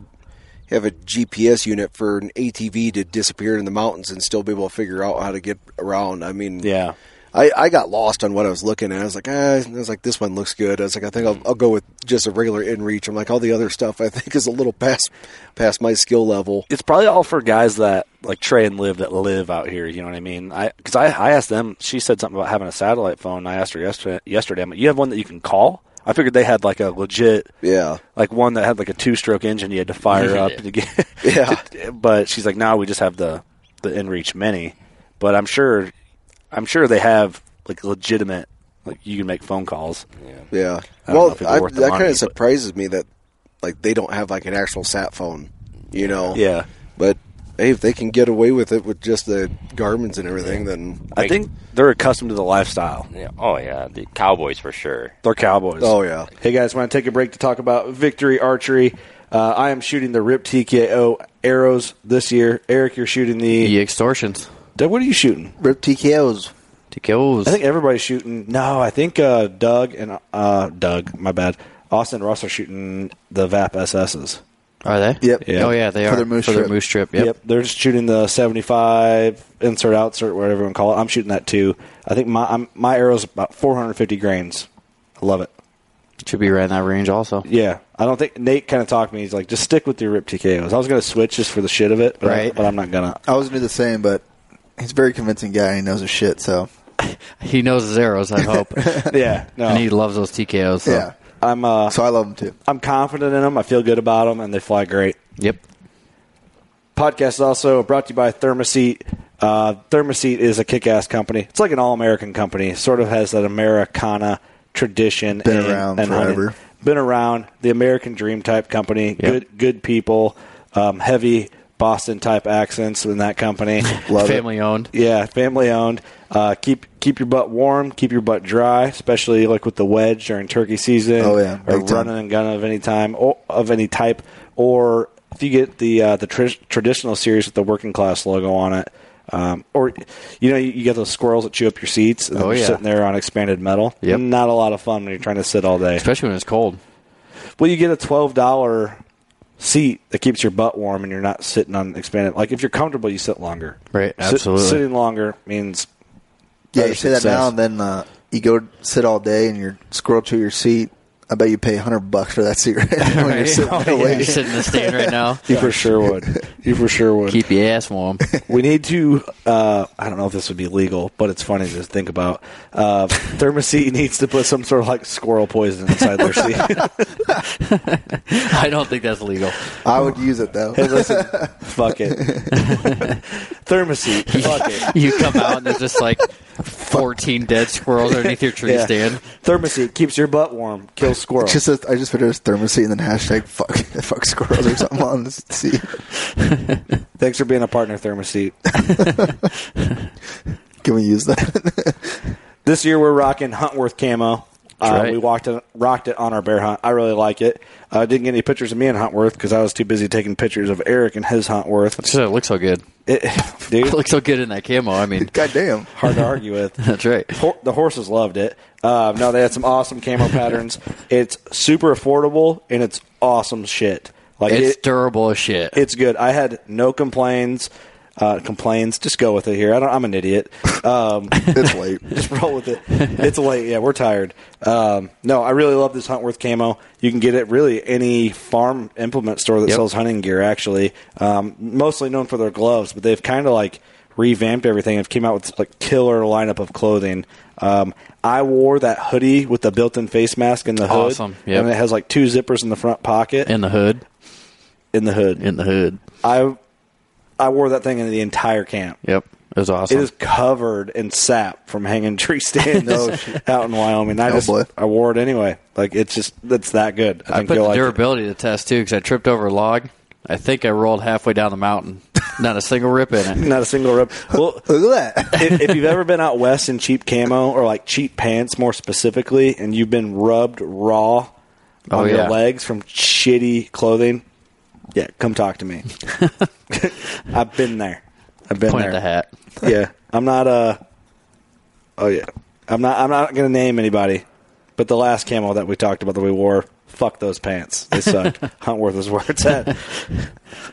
[SPEAKER 5] have a GPS unit for an ATV to disappear in the mountains and still be able to figure out how to get around. I mean,
[SPEAKER 2] yeah.
[SPEAKER 5] I, I got lost on what I was looking at. I was like, ah, I was like, this one looks good. I was like, I think
[SPEAKER 9] Mm.
[SPEAKER 5] I'll, I'll go with just a regular in reach. I'm like, all the other stuff I think is a little past past my skill level.
[SPEAKER 2] it's probably all for guys that like Trey and Liv that live out here. You know what I mean? I because I, I asked them. She said something about having a satellite phone. and I asked her yesterday. Yesterday, I'm like, you have one that you can call. I figured they had like a legit,
[SPEAKER 5] Yeah,
[SPEAKER 2] like one that had like a two-stroke engine you had to fire up to get.
[SPEAKER 5] yeah,
[SPEAKER 2] but she's like, no, we just have the the InReach Mini. But I'm sure, I'm sure they have like legitimate, like you can make phone calls.
[SPEAKER 5] yeah.
[SPEAKER 2] I don't know
[SPEAKER 5] Well,
[SPEAKER 2] if it's
[SPEAKER 5] I,
[SPEAKER 2] worth the
[SPEAKER 5] that
[SPEAKER 2] money,
[SPEAKER 5] kind
[SPEAKER 2] but-
[SPEAKER 5] of surprises me that like they don't have like an actual sat phone. You know?
[SPEAKER 2] Yeah.
[SPEAKER 5] But hey, if they can get away with it with just the garments and everything, then
[SPEAKER 2] I think they're accustomed to the lifestyle.
[SPEAKER 9] Yeah. Oh yeah, the Cowboys for sure.
[SPEAKER 2] They're Cowboys.
[SPEAKER 5] Oh, yeah.
[SPEAKER 2] Hey guys, want to take a break to talk about Victory Archery? Uh, I am shooting the Rip TKO arrows this year. Eric, you're shooting the.
[SPEAKER 3] The extortions.
[SPEAKER 2] Doug, what are you shooting?
[SPEAKER 4] Rip TKOs.
[SPEAKER 3] TKOs.
[SPEAKER 2] I think everybody's shooting. No, I think uh, Doug and uh, Doug. My bad. Austin and Russ are shooting the VAP SSs.
[SPEAKER 3] Are they?
[SPEAKER 4] Yep.
[SPEAKER 2] Yeah.
[SPEAKER 3] Oh yeah, they
[SPEAKER 4] For
[SPEAKER 3] are
[SPEAKER 4] their moose
[SPEAKER 3] for
[SPEAKER 4] trip.
[SPEAKER 3] their moose trip. Yep.
[SPEAKER 2] they're just shooting the 75 insert, outsert, whatever you want to call it. I'm shooting that too. I think my I'm, my arrow's about 450 grains. I love it.
[SPEAKER 3] Should be right in that range also.
[SPEAKER 2] Yeah, I don't think Nate kind of talked me. He's like, just stick with your rip TKOs. I was gonna switch just for the shit of it, but,
[SPEAKER 3] Right.
[SPEAKER 2] but I'm not gonna.
[SPEAKER 4] I was gonna do the same, but he's a very convincing guy and he knows his shit. So
[SPEAKER 3] He knows his arrows, I hope.
[SPEAKER 2] Yeah, no.
[SPEAKER 3] And he loves those TKOs. So.
[SPEAKER 4] yeah,
[SPEAKER 2] I'm uh,
[SPEAKER 4] so I love him too.
[SPEAKER 2] I'm confident in them. I feel good about them, and they fly great.
[SPEAKER 3] Yep.
[SPEAKER 2] Podcast is also brought to you by Thermoseat. Uh, Thermoseat is a kick-ass company. It's like an all-American company. Sort of has that Americana tradition.
[SPEAKER 4] Been
[SPEAKER 2] and-
[SPEAKER 4] around
[SPEAKER 2] and
[SPEAKER 4] forever.
[SPEAKER 2] hunting. Been around the American Dream type company. Good, good people. Um, heavy Boston type accents in that company.
[SPEAKER 4] Love it.
[SPEAKER 3] Family owned.
[SPEAKER 2] Yeah, family owned. Uh, keep keep your butt warm, keep your butt dry, especially like with the wedge during turkey season.
[SPEAKER 4] Oh, yeah,
[SPEAKER 2] or
[SPEAKER 4] big time.
[SPEAKER 2] running and gunning of any time or of any type. Or if you get the uh, the tr- traditional series with the working class logo on it, um, or you know you, you get those squirrels that chew up your seats. And
[SPEAKER 3] Oh,
[SPEAKER 2] you're
[SPEAKER 3] yeah.
[SPEAKER 2] sitting there on expanded metal.
[SPEAKER 3] Yep.
[SPEAKER 2] not a lot of fun when you're trying to sit all day.
[SPEAKER 3] Especially when it's cold.
[SPEAKER 2] Well, you get a twelve dollar seat that keeps your butt warm, and you're not sitting on expanded. Like if you're comfortable, you sit longer.
[SPEAKER 3] Right,
[SPEAKER 2] Sit-
[SPEAKER 3] absolutely.
[SPEAKER 2] sitting longer means
[SPEAKER 4] Yeah,
[SPEAKER 2] better
[SPEAKER 4] you say that
[SPEAKER 2] success.
[SPEAKER 4] now and then uh, you go sit all day and you're scroll to your seat. I bet you pay hundred bucks for that cigarette when you're sitting
[SPEAKER 5] Oh,
[SPEAKER 4] there
[SPEAKER 3] You're
[SPEAKER 4] waiting.
[SPEAKER 3] sitting in the stand right now.
[SPEAKER 2] You for sure would. You for sure would.
[SPEAKER 3] Keep your ass warm.
[SPEAKER 2] We need to. Uh, I don't know if this would be legal, but it's funny to think about. Uh, Thermoset needs to put some sort of like squirrel poison inside their seat.
[SPEAKER 3] I don't think that's legal.
[SPEAKER 4] I would use it though.
[SPEAKER 2] Listen, fuck it. Thermoset, fuck it.
[SPEAKER 3] You come out and there's just like 14 dead squirrels underneath your tree
[SPEAKER 2] Yeah.
[SPEAKER 3] stand.
[SPEAKER 2] Thermoset keeps your butt warm, kills squirrels.
[SPEAKER 4] It's just a, I just put it as thermostat and then hashtag fuck fuck squirrels or something on the seat.
[SPEAKER 2] Thanks for being a partner, Thermoset.
[SPEAKER 4] Can we use that?
[SPEAKER 2] This year we're rocking Huntworth camo. Uh,
[SPEAKER 3] right.
[SPEAKER 2] We walked it, rocked it on our bear hunt. I really like it. I didn't get any pictures of me in Huntworth because I was too busy taking pictures of Eric and his Huntworth.
[SPEAKER 3] Just that it looks so good.
[SPEAKER 2] It,
[SPEAKER 3] It
[SPEAKER 2] dude,
[SPEAKER 3] looks so good in that camo. I mean,
[SPEAKER 4] God damn.
[SPEAKER 2] hard to argue with.
[SPEAKER 3] that's right.
[SPEAKER 2] Hor the horses loved it. Uh, no, they had some awesome camo patterns. It's super affordable and it's awesome shit. Like
[SPEAKER 3] It's
[SPEAKER 2] it,
[SPEAKER 3] durable as shit.
[SPEAKER 2] it's good. I had no complaints. Uh, complaints. Just go with it here. I don't, I'm an idiot. Um,
[SPEAKER 4] It's late.
[SPEAKER 2] just roll with it. It's late. Yeah, we're tired. Um, no, I really love this Huntworth camo. You can get it really any farm implement store that
[SPEAKER 3] Yep.
[SPEAKER 2] sells hunting gear. Actually, um, mostly known for their gloves, but they've kind of like revamped everything. They've came out with like killer lineup of clothing. Um, I wore that hoodie with the built-in face mask in the hood,
[SPEAKER 3] Awesome. Yep.
[SPEAKER 2] and it has like two zippers in the front pocket
[SPEAKER 3] in the hood.
[SPEAKER 2] in the hood.
[SPEAKER 3] In the hood.
[SPEAKER 2] I I wore that thing in the entire camp.
[SPEAKER 3] Yep. It was awesome.
[SPEAKER 2] It is covered in sap from hanging tree stands out in Wyoming. I
[SPEAKER 4] Oh,
[SPEAKER 2] just
[SPEAKER 4] boy.
[SPEAKER 2] I wore it anyway. Like it's just that's that good. I,
[SPEAKER 3] I
[SPEAKER 2] think
[SPEAKER 3] put
[SPEAKER 2] you'll
[SPEAKER 3] the
[SPEAKER 2] like it.
[SPEAKER 3] durability to test too because I tripped over a log. I think I rolled halfway down the mountain. Not a single rip in it.
[SPEAKER 2] Not a single rip. Well,
[SPEAKER 4] Look at that.
[SPEAKER 2] if, if you've ever been out west in cheap camo or like cheap pants more specifically, and you've been rubbed raw on
[SPEAKER 3] Oh,
[SPEAKER 2] your
[SPEAKER 3] yeah.
[SPEAKER 2] legs from shitty clothing, yeah, come talk to me. I've been there. I've been
[SPEAKER 3] Point
[SPEAKER 2] there.
[SPEAKER 3] at the hat.
[SPEAKER 2] yeah, I'm not. Uh, oh yeah, I'm not. I'm not going to name anybody. But the last camo that we talked about that we wore, fuck those pants. They suck. Huntworth is where it's at.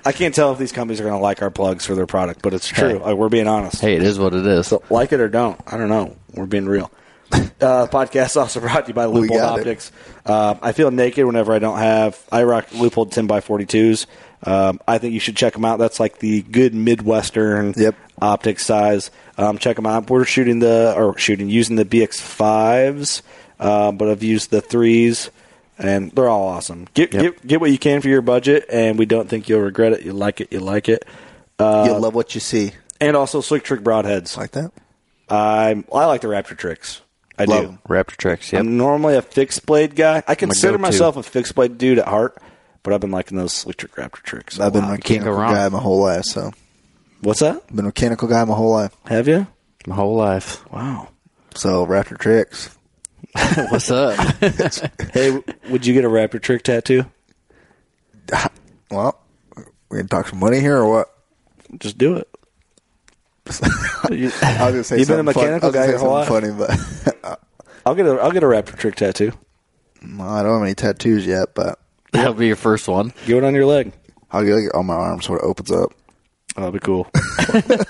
[SPEAKER 2] I can't tell if these companies are going to like our plugs for their product, but it's true.
[SPEAKER 3] Hey.
[SPEAKER 2] Like, we're being honest.
[SPEAKER 3] Hey, it is what it is.
[SPEAKER 2] So like it or don't, I don't know. We're being real. Uh, podcast is also brought to you by Loophole
[SPEAKER 4] got it.
[SPEAKER 2] Optics. Uh, I feel naked whenever I don't have. I rock Loophole ten by forty twos. Um, I think you should check them out. That's like the good midwestern
[SPEAKER 4] Yep.
[SPEAKER 2] optic size. Um, check them out. We're shooting the or shooting using the BX fives, uh, but I've used the threes, and they're all awesome. Get,
[SPEAKER 3] Yep.
[SPEAKER 2] get get what you can for your budget, and we don't think you'll regret it. You like it, you like it,
[SPEAKER 4] you love what you see.
[SPEAKER 2] and also slick trick broadheads.
[SPEAKER 4] Like that.
[SPEAKER 2] I'm, I like the Raptor tricks. I
[SPEAKER 4] Love
[SPEAKER 2] do.
[SPEAKER 4] 'em.
[SPEAKER 3] Raptor tricks. Yep.
[SPEAKER 2] I'm normally a fixed blade guy. I consider
[SPEAKER 3] go-to.
[SPEAKER 2] myself a fixed blade dude at heart. But I've been liking those electric raptor tricks.
[SPEAKER 4] I've been a mechanical guy my whole life. So
[SPEAKER 2] what's that?
[SPEAKER 4] Been a mechanical guy my whole life.
[SPEAKER 2] Have you?
[SPEAKER 3] My whole life.
[SPEAKER 2] Wow.
[SPEAKER 4] So raptor tricks.
[SPEAKER 3] What's up?
[SPEAKER 2] Hey, w- would you get a raptor trick tattoo?
[SPEAKER 4] Well, we gonna talk some money here or what?
[SPEAKER 2] Just do it. You-
[SPEAKER 4] I was gonna say
[SPEAKER 2] You've been
[SPEAKER 4] something
[SPEAKER 2] a
[SPEAKER 4] fun-
[SPEAKER 2] mechanical
[SPEAKER 4] I
[SPEAKER 2] guy
[SPEAKER 4] was
[SPEAKER 2] your whole
[SPEAKER 4] gonna
[SPEAKER 2] life.
[SPEAKER 4] say something funny, but
[SPEAKER 2] I'll get a I'll get a raptor trick tattoo.
[SPEAKER 4] well, I don't have any tattoos yet. But
[SPEAKER 3] That'll be your first one.
[SPEAKER 2] Get it on your leg.
[SPEAKER 4] I'll get like, on my arm so it opens up.
[SPEAKER 2] Oh, that'd be cool.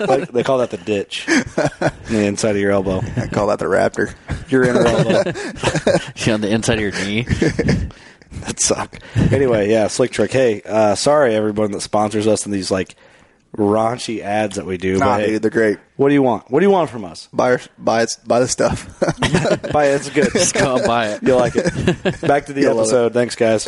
[SPEAKER 2] Like, they call that the ditch, on the inside of your elbow,
[SPEAKER 4] I call that the raptor.
[SPEAKER 2] your inner elbow.
[SPEAKER 3] Yeah, on the inside of your knee.
[SPEAKER 2] That suck. Anyway, yeah, slick trick. Hey, uh, sorry everyone that sponsors us and these like raunchy ads that we do.
[SPEAKER 4] Nah,
[SPEAKER 2] but hey,
[SPEAKER 4] dude, they're great.
[SPEAKER 2] what do you want? What do you want from us?
[SPEAKER 4] Buy our- buy it- buy the stuff.
[SPEAKER 2] Buy it. It's good.
[SPEAKER 3] Come buy it.
[SPEAKER 2] You'll like it. Back to the
[SPEAKER 4] You'll love
[SPEAKER 2] episode. Thanks, guys.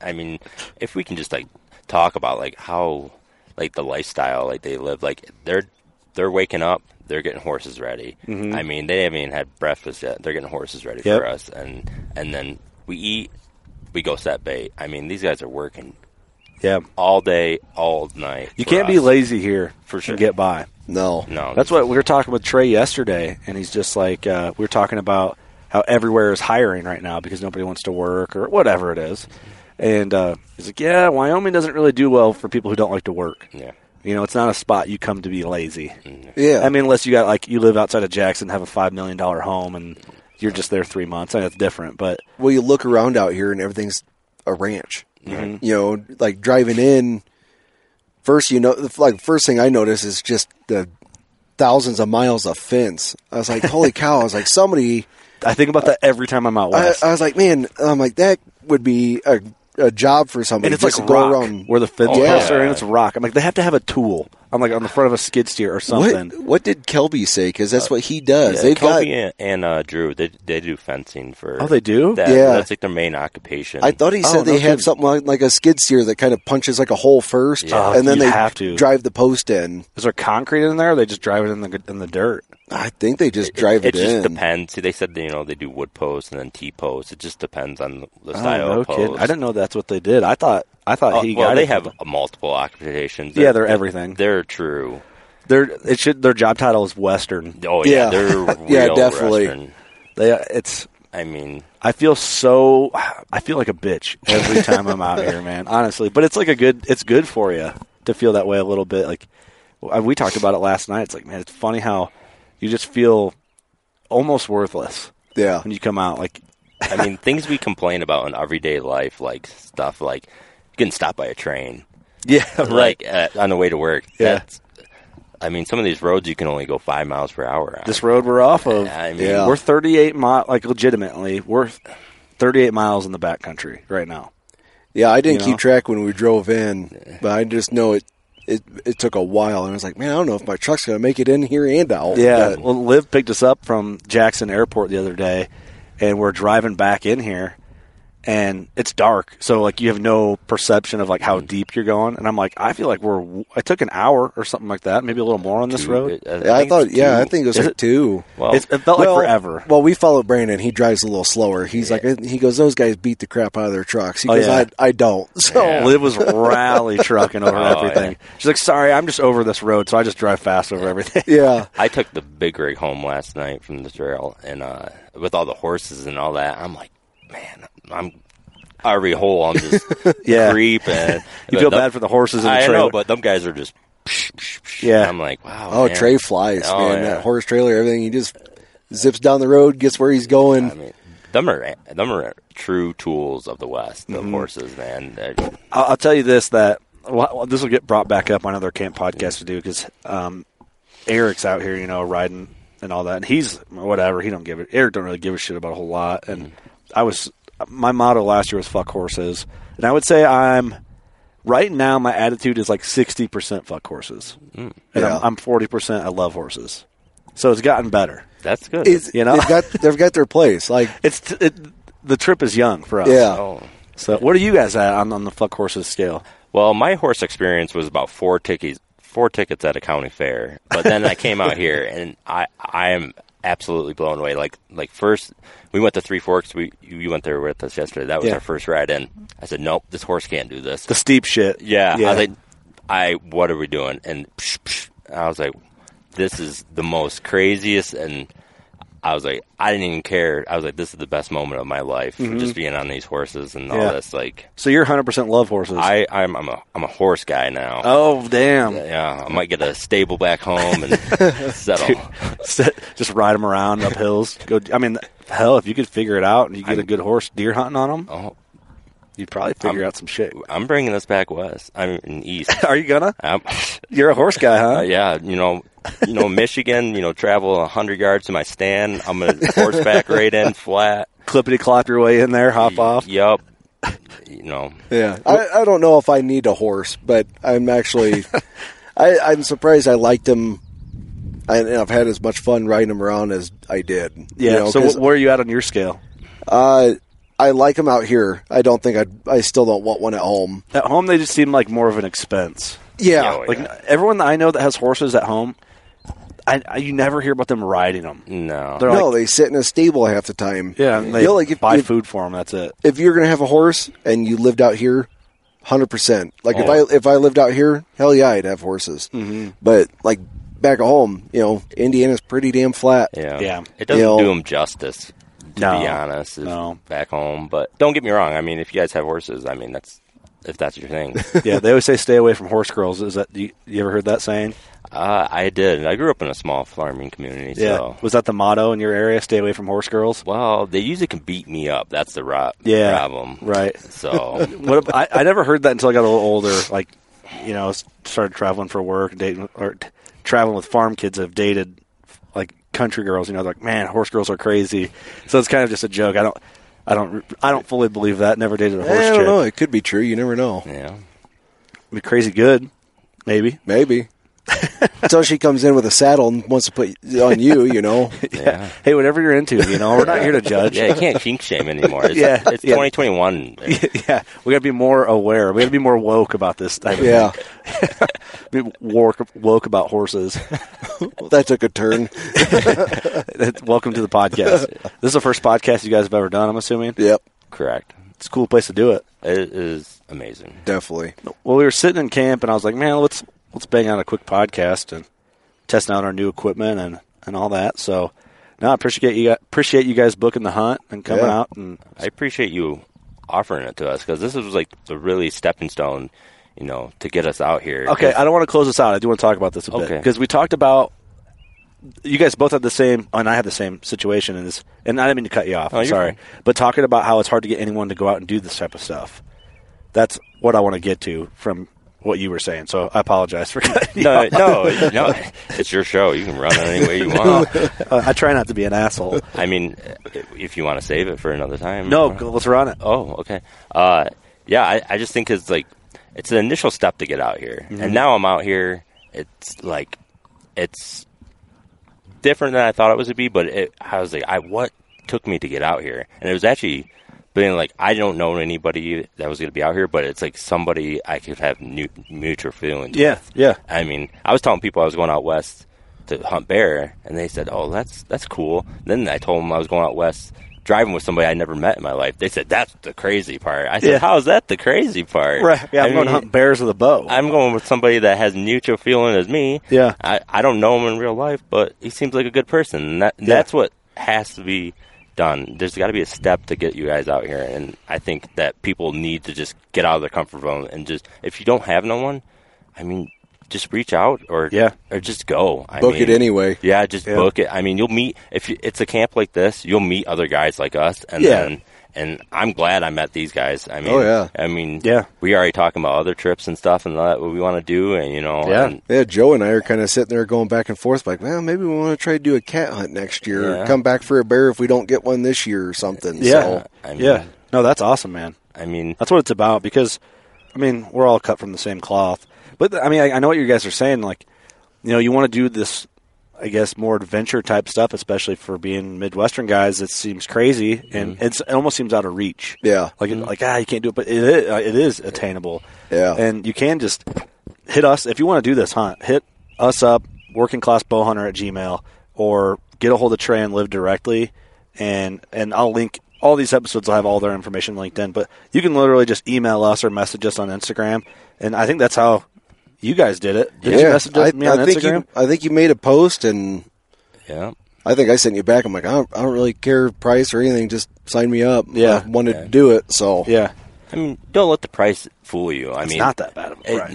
[SPEAKER 9] I mean, if we can just like talk about like how like the lifestyle like they live, like they're they're waking up, they're getting horses ready. I mean, they haven't even had breakfast yet. They're getting horses ready
[SPEAKER 2] Mm-hmm. Yep.
[SPEAKER 9] for us, and and then we eat, we go set bait. I mean, these guys are working
[SPEAKER 2] Yeah,
[SPEAKER 9] all day, all night.
[SPEAKER 2] you
[SPEAKER 9] for
[SPEAKER 2] can't be
[SPEAKER 9] us.
[SPEAKER 2] lazy here
[SPEAKER 9] For
[SPEAKER 2] and
[SPEAKER 9] sure.
[SPEAKER 2] get by.
[SPEAKER 5] No.
[SPEAKER 9] No,
[SPEAKER 2] That's what we were talking with Trey yesterday, and he's just like, uh, we were talking about how everywhere is hiring right now because nobody wants to work or whatever it is. And uh, he's like, yeah, Wyoming doesn't really do well for people who don't like to work.
[SPEAKER 9] Yeah.
[SPEAKER 2] You know, it's not a spot you come to be lazy.
[SPEAKER 5] Yeah.
[SPEAKER 2] I mean, unless you got like you live outside of Jackson, have a five million dollar home, and you're just there three months. I know it's different, but
[SPEAKER 5] well, you look around out here and everything's a ranch. You know, like driving in. First, you know, like first thing I notice is just the thousands of miles of fence. I was like, holy cow! I was like, somebody.
[SPEAKER 2] I think about that every time I'm out
[SPEAKER 5] I,
[SPEAKER 2] west.
[SPEAKER 5] I was like, man, I'm like that would be a, a job for somebody.
[SPEAKER 2] and it's
[SPEAKER 5] just
[SPEAKER 2] like
[SPEAKER 5] to
[SPEAKER 2] rock
[SPEAKER 5] go around Oh,
[SPEAKER 2] where the fence
[SPEAKER 5] Yeah.
[SPEAKER 2] posts are, and it's rock. I'm like, they have to have a tool. I'm like on the front of a skid steer or something. Uh,
[SPEAKER 5] What, what did Kelby say? Because that's what he does.
[SPEAKER 9] Yeah,
[SPEAKER 5] They've
[SPEAKER 9] Kobe
[SPEAKER 5] got.
[SPEAKER 9] and, and uh, Drew, they they do fencing for.
[SPEAKER 2] Oh, they do?
[SPEAKER 9] That,
[SPEAKER 5] Yeah.
[SPEAKER 9] that's like their main occupation.
[SPEAKER 5] I thought he said
[SPEAKER 2] Oh,
[SPEAKER 5] they
[SPEAKER 2] no
[SPEAKER 5] had
[SPEAKER 2] kidding.
[SPEAKER 5] something like, like a skid steer that kind of punches like a hole first,
[SPEAKER 9] Yeah.
[SPEAKER 5] and then
[SPEAKER 2] You
[SPEAKER 5] they
[SPEAKER 2] have to.
[SPEAKER 5] drive the post in.
[SPEAKER 2] Is there concrete in there? Or they just drive it in the in the dirt.
[SPEAKER 5] I think they just drive it,
[SPEAKER 9] it just
[SPEAKER 5] in.
[SPEAKER 9] depends. See, they said you know they do wood posts and then T posts. It just depends on the
[SPEAKER 2] Oh,
[SPEAKER 9] style
[SPEAKER 2] no
[SPEAKER 9] of post.
[SPEAKER 2] kidding. I didn't know that's what they did. I thought I thought
[SPEAKER 9] Oh,
[SPEAKER 2] he
[SPEAKER 9] well,
[SPEAKER 2] got
[SPEAKER 9] they
[SPEAKER 2] it.
[SPEAKER 9] have uh, multiple occupations.
[SPEAKER 2] Yeah, they're everything.
[SPEAKER 9] They're true.
[SPEAKER 2] their it should their job title is Western.
[SPEAKER 9] Oh yeah,
[SPEAKER 5] Yeah.
[SPEAKER 9] they're real
[SPEAKER 5] Yeah, definitely.
[SPEAKER 9] Western.
[SPEAKER 2] They it's
[SPEAKER 9] I mean,
[SPEAKER 2] I feel so I feel like a bitch every time I'm out here, man. Honestly, but it's like a good it's good for you to feel that way a little bit. Like I- we talked about it last night. It's like man, it's funny how you just feel almost worthless
[SPEAKER 5] Yeah.
[SPEAKER 2] when you come out. Like
[SPEAKER 9] I mean things we complain about in everyday life, like stuff like getting stopped by a train,
[SPEAKER 2] yeah,
[SPEAKER 9] like at, on the way to work.
[SPEAKER 2] Yeah.
[SPEAKER 9] That's, I mean, some of these roads you can only go five miles per hour. On.
[SPEAKER 2] this road we're off of.
[SPEAKER 9] I mean-
[SPEAKER 2] we're 38 mi- like legitimately, we're 38 miles in the back country right now.
[SPEAKER 5] Yeah, I
[SPEAKER 2] You
[SPEAKER 5] didn't
[SPEAKER 2] know?
[SPEAKER 5] keep track when we drove in, but I just know it. It, it took a while, and I was like, "Man, I don't know if my truck's gonna make it in here and out."
[SPEAKER 2] Yeah.
[SPEAKER 5] But-
[SPEAKER 2] Well, Liv picked us up from Jackson Airport the other day, and we're driving back in here, and it's dark. So, like, you have no perception of, like,
[SPEAKER 5] Mm.
[SPEAKER 2] how deep you're going. And I'm like, I feel like we're, I took an hour or something like that, maybe a little more on this
[SPEAKER 9] Two- uh,
[SPEAKER 2] road.
[SPEAKER 9] I,
[SPEAKER 5] I,
[SPEAKER 9] think it's
[SPEAKER 5] thought, yeah,
[SPEAKER 9] two.
[SPEAKER 5] I think it was
[SPEAKER 2] Is
[SPEAKER 5] like
[SPEAKER 2] it-
[SPEAKER 5] two.
[SPEAKER 9] Well,
[SPEAKER 2] It's- it felt like
[SPEAKER 5] uh, Well,
[SPEAKER 2] forever.
[SPEAKER 5] Well, we followed Brandon. He drives a little slower. He's like, uh, he goes, "Those guys beat the crap out of their trucks." He
[SPEAKER 2] Oh,
[SPEAKER 5] goes,
[SPEAKER 2] yeah.
[SPEAKER 5] "I, I don't." So
[SPEAKER 9] Yeah.
[SPEAKER 2] Liv was rally trucking over
[SPEAKER 9] Oh,
[SPEAKER 2] everything. She's like, sorry, I'm just over this road, so I just drive fast over everything.
[SPEAKER 5] yeah,
[SPEAKER 9] I took the big rig home last night from the trail, and uh, with all the horses and all that, I'm like, man, I'm every hole I'm just
[SPEAKER 2] Yeah.
[SPEAKER 9] creeping.
[SPEAKER 2] You feel bad for the horses in the
[SPEAKER 9] I
[SPEAKER 2] trailer.
[SPEAKER 9] know, but them guys are just. psh, psh, psh.
[SPEAKER 2] Yeah.
[SPEAKER 9] I'm like, wow.
[SPEAKER 5] Oh,
[SPEAKER 9] man.
[SPEAKER 5] Trey flies,
[SPEAKER 9] Oh,
[SPEAKER 5] man.
[SPEAKER 9] yeah.
[SPEAKER 5] That horse trailer, everything. He just zips down the road, gets where he's going.
[SPEAKER 9] I mean, them are them are true tools of the West. The
[SPEAKER 2] Mm-hmm.
[SPEAKER 9] horses, man. They're-
[SPEAKER 2] I'll, I'll tell you this that well, well, this will get brought back up on other camp podcasts to do because um, Eric's out here, you know, riding and all that, and he's whatever. He don't give it. Eric don't really give a shit about a whole lot. And
[SPEAKER 9] Mm-hmm.
[SPEAKER 2] I was my motto last year was fuck horses, and I would say I'm right now my attitude is like sixty percent fuck horses,
[SPEAKER 9] Mm.
[SPEAKER 2] and
[SPEAKER 5] Yeah.
[SPEAKER 2] I'm forty percent I love horses. So it's gotten better.
[SPEAKER 9] That's good.
[SPEAKER 5] It's,
[SPEAKER 2] You know?
[SPEAKER 5] they've got they've got their place. Like,
[SPEAKER 2] It's t- it, the trip is young for us.
[SPEAKER 5] yeah,
[SPEAKER 9] oh.
[SPEAKER 2] So what are you guys at on, on the fuck horses scale?
[SPEAKER 9] Well, my horse experience was about four tickets, four tickets at a county fair. But then I came out here, and I, I am absolutely blown away. Like like first we went to Three Forks. We you you went there with us yesterday. That was
[SPEAKER 2] Yeah.
[SPEAKER 9] our first ride in. I said nope, this horse can't do this.
[SPEAKER 2] The steep shit.
[SPEAKER 9] Yeah,
[SPEAKER 2] Yeah.
[SPEAKER 9] I was like, I what are we doing? And psh, psh, I was like, this is the most craziest. And I was like, I didn't even care. I was like, this is the best moment of my life,
[SPEAKER 2] Mhm.
[SPEAKER 9] just being on these horses and all
[SPEAKER 2] Yeah.
[SPEAKER 9] this. Like,
[SPEAKER 2] So you're 100% love horses.
[SPEAKER 9] I I'm I'm a I'm a horse guy now.
[SPEAKER 2] oh damn.
[SPEAKER 9] Yeah, I might get a stable back home and settle.
[SPEAKER 2] Dude, set- just ride them around up hills. Go. I mean, hell, if you could figure it out and you get a good horse deer hunting on them,
[SPEAKER 9] oh,
[SPEAKER 2] you'd probably figure out some shit.
[SPEAKER 9] I'm bringing this back west. I'm in east.
[SPEAKER 2] Are you gonna?
[SPEAKER 9] I'm,
[SPEAKER 2] You're a horse guy, huh?
[SPEAKER 9] Uh, yeah, you know, you know, Michigan. You know, travel hundred yards to my stand. I'm gonna horseback right in flat.
[SPEAKER 2] Clippity clop your way in there, hop off.
[SPEAKER 9] Yep. You know,
[SPEAKER 5] Yeah, I, I don't know if I need a horse, but I'm actually, I, I'm surprised I liked him, and I've had as much fun riding him around as I did. you
[SPEAKER 2] Yeah.
[SPEAKER 5] know,
[SPEAKER 2] so
[SPEAKER 5] 'cause,
[SPEAKER 2] wh- where are you at on your scale?
[SPEAKER 5] uh, I like him out here. I don't think I'd, I still don't want one at home.
[SPEAKER 2] At home, they just seem like more of an expense.
[SPEAKER 5] Yeah,
[SPEAKER 9] Oh,
[SPEAKER 2] Like
[SPEAKER 9] yeah.
[SPEAKER 2] everyone that I know that has horses at home, I, I you never hear about them riding them.
[SPEAKER 9] no.
[SPEAKER 2] They're
[SPEAKER 5] no,
[SPEAKER 2] like,
[SPEAKER 5] they sit in a stable half the time.
[SPEAKER 2] yeah, and they
[SPEAKER 5] You know, like if,
[SPEAKER 2] buy
[SPEAKER 5] if,
[SPEAKER 2] food for them. That's it.
[SPEAKER 5] if you're gonna have a horse and you lived out here, hundred percent. Like
[SPEAKER 2] Oh.
[SPEAKER 5] if
[SPEAKER 9] Yeah.
[SPEAKER 5] I if I lived out here, hell yeah, I'd have horses.
[SPEAKER 2] Mm-hmm.
[SPEAKER 5] But like back at home, you know, Indiana's pretty damn flat.
[SPEAKER 9] Yeah.
[SPEAKER 2] Yeah.
[SPEAKER 9] It doesn't
[SPEAKER 5] You know-
[SPEAKER 9] do them justice, to
[SPEAKER 2] No.
[SPEAKER 9] be honest, if-
[SPEAKER 2] No.
[SPEAKER 9] back home. But don't get me wrong. I mean, if you guys have horses, I mean, that's if that's your thing.
[SPEAKER 2] yeah, they always say stay away from horse girls. Is that you, you ever heard that saying?
[SPEAKER 9] uh, I did. I grew up in a small farming community. So,
[SPEAKER 2] Was that the motto in your area? Stay away from horse girls.
[SPEAKER 9] well, they usually can beat me up. That's the ro-
[SPEAKER 2] Yeah.
[SPEAKER 9] problem.
[SPEAKER 2] Right.
[SPEAKER 9] So,
[SPEAKER 2] What ab- I, I never heard that until I got a little older. Like, you know, s- started traveling for work, dating or t- traveling with farm kids. I've dated like country girls. You know, they're like, man, horse girls are crazy. So it's kind of just a joke. I don't, I don't, re- I don't fully believe that. Never dated a
[SPEAKER 5] Eh,
[SPEAKER 2] horse
[SPEAKER 5] I
[SPEAKER 2] chick.
[SPEAKER 5] don't know. It could be true. You never know.
[SPEAKER 9] yeah.
[SPEAKER 2] Be crazy good, maybe.
[SPEAKER 5] Maybe. Until she comes in with a saddle and wants to put it on you, you know.
[SPEAKER 9] Yeah.
[SPEAKER 2] Hey, whatever you're into, you know, we're not here to judge.
[SPEAKER 9] Yeah, you can't kink shame anymore. It's,
[SPEAKER 2] Yeah.
[SPEAKER 9] it's eh,
[SPEAKER 2] Yeah.
[SPEAKER 9] 2021.
[SPEAKER 2] yeah, we got to be more aware. We got to be more woke about this type of
[SPEAKER 5] Yeah.
[SPEAKER 2] thing. Be woke, woke about horses.
[SPEAKER 5] that took a turn.
[SPEAKER 2] Welcome to the podcast. This is the first podcast you guys have ever done. I'm assuming
[SPEAKER 5] Yep,
[SPEAKER 9] Correct.
[SPEAKER 2] it's a cool place to do it.
[SPEAKER 9] It is amazing.
[SPEAKER 5] definitely.
[SPEAKER 2] Well, we were sitting in camp, and I was like, man, let's let's bang out a quick podcast and testing out our new equipment and and all that. So. No, I appreciate you. Appreciate you guys booking the hunt and coming
[SPEAKER 5] Yeah.
[SPEAKER 2] out, and
[SPEAKER 9] I appreciate you offering it to us because this was like the really stepping stone, you know, to get us out here.
[SPEAKER 2] Okay, I don't want to close this out. I do want to talk about this a bit
[SPEAKER 9] Okay.
[SPEAKER 2] because we talked about you guys both had the same, and I had the same situation in this. And I didn't mean to cut you off.
[SPEAKER 9] Oh,
[SPEAKER 2] I'm
[SPEAKER 9] you're
[SPEAKER 2] sorry,
[SPEAKER 9] fine.
[SPEAKER 2] but talking about how it's hard to get anyone to go out and do this type of stuff. That's what I want to get to from what you were saying. So I apologize for cutting you
[SPEAKER 9] No,
[SPEAKER 2] off.
[SPEAKER 9] no, no. It's your show. You can run it any way you want.
[SPEAKER 2] Uh, I try not to be an asshole.
[SPEAKER 9] I mean, if you want to save it for another time.
[SPEAKER 2] No, go- let's run it.
[SPEAKER 9] Oh, okay. Uh, yeah, I, I just think it's like it's an initial step to get out here, and now I'm out here. It's like it's different than I thought it was to be, but it, I was like, I what took me to get out here, and it was actually being like I don't know anybody that was going to be out here, but it's like somebody I could have new, mutual feelings.
[SPEAKER 2] Yeah,
[SPEAKER 9] with.
[SPEAKER 2] yeah.
[SPEAKER 9] I mean, I was telling people I was going out west to hunt bear, and they said, "Oh, that's that's cool." Then I told them I was going out west driving with somebody I never met in my life. They said, "That's the crazy part." I said,
[SPEAKER 2] Yeah.
[SPEAKER 9] "How is that the crazy part?"
[SPEAKER 2] Right? Yeah,
[SPEAKER 9] I
[SPEAKER 2] I'm going to
[SPEAKER 9] mean,
[SPEAKER 2] hunt bears with a bow.
[SPEAKER 9] I'm going with somebody that has mutual feeling as me.
[SPEAKER 2] Yeah.
[SPEAKER 9] I, I don't know him in real life, but he seems like a good person. And that that's what has to be done. There's got to be a step to get you guys out here, and I think that people need to just get out of their comfort zone and just if you don't have no one, I mean, just reach out or
[SPEAKER 2] Yeah.
[SPEAKER 9] or just go. I
[SPEAKER 5] Book
[SPEAKER 9] mean,
[SPEAKER 5] it anyway.
[SPEAKER 9] Yeah, just
[SPEAKER 2] Yeah.
[SPEAKER 9] book it. I mean, you'll meet if you, it's a camp like this, you'll meet other guys like us, and
[SPEAKER 2] Yeah.
[SPEAKER 9] then. And I'm glad I met these guys. I mean,
[SPEAKER 5] Oh, yeah.
[SPEAKER 9] I mean,
[SPEAKER 2] Yeah.
[SPEAKER 9] we already talking about other trips and stuff and that what we want to do, and you know,
[SPEAKER 2] Yeah.
[SPEAKER 9] and
[SPEAKER 5] Yeah, Joe and I are kind of sitting there going back and forth, like, well, maybe we want to try to do a cat hunt next year,
[SPEAKER 9] Yeah.
[SPEAKER 5] or come back for a bear if we don't get one this year or something.
[SPEAKER 2] yeah,
[SPEAKER 5] So,
[SPEAKER 9] I mean-
[SPEAKER 2] yeah. No, that's awesome, man.
[SPEAKER 9] I mean,
[SPEAKER 2] That's what it's about because, I mean, we're all cut from the same cloth. But I mean, I, I know what you guys are saying. Like, you know, you want to do this, I guess, more adventure type stuff, especially for being Midwestern guys. It seems crazy and it's, it almost seems out of reach.
[SPEAKER 5] Yeah.
[SPEAKER 2] like it- like ah, you can't do it, but it is, it is attainable.
[SPEAKER 5] Yeah.
[SPEAKER 2] and you can just hit us if you want to do this hunt. Hit us up, working class bow hunter at Gmail or get a hold of Trey and Live directly, and and I'll link all these episodes. will have all their information linked in, but you can literally just email us or message us on Instagram, and I think that's how you guys did it. Did you message us,
[SPEAKER 5] I,
[SPEAKER 2] me on
[SPEAKER 5] I think
[SPEAKER 2] Instagram?
[SPEAKER 5] you, I think you made a post and
[SPEAKER 9] yeah,
[SPEAKER 5] I think I sent you back. I'm like, I don't, I don't really care price or anything. Just sign me up.
[SPEAKER 9] Yeah.
[SPEAKER 5] I wanted to do it. So
[SPEAKER 2] yeah,
[SPEAKER 9] I mean, don't let the price fool you. I
[SPEAKER 5] It's
[SPEAKER 9] mean,
[SPEAKER 5] not that bad of a
[SPEAKER 9] it-
[SPEAKER 5] price.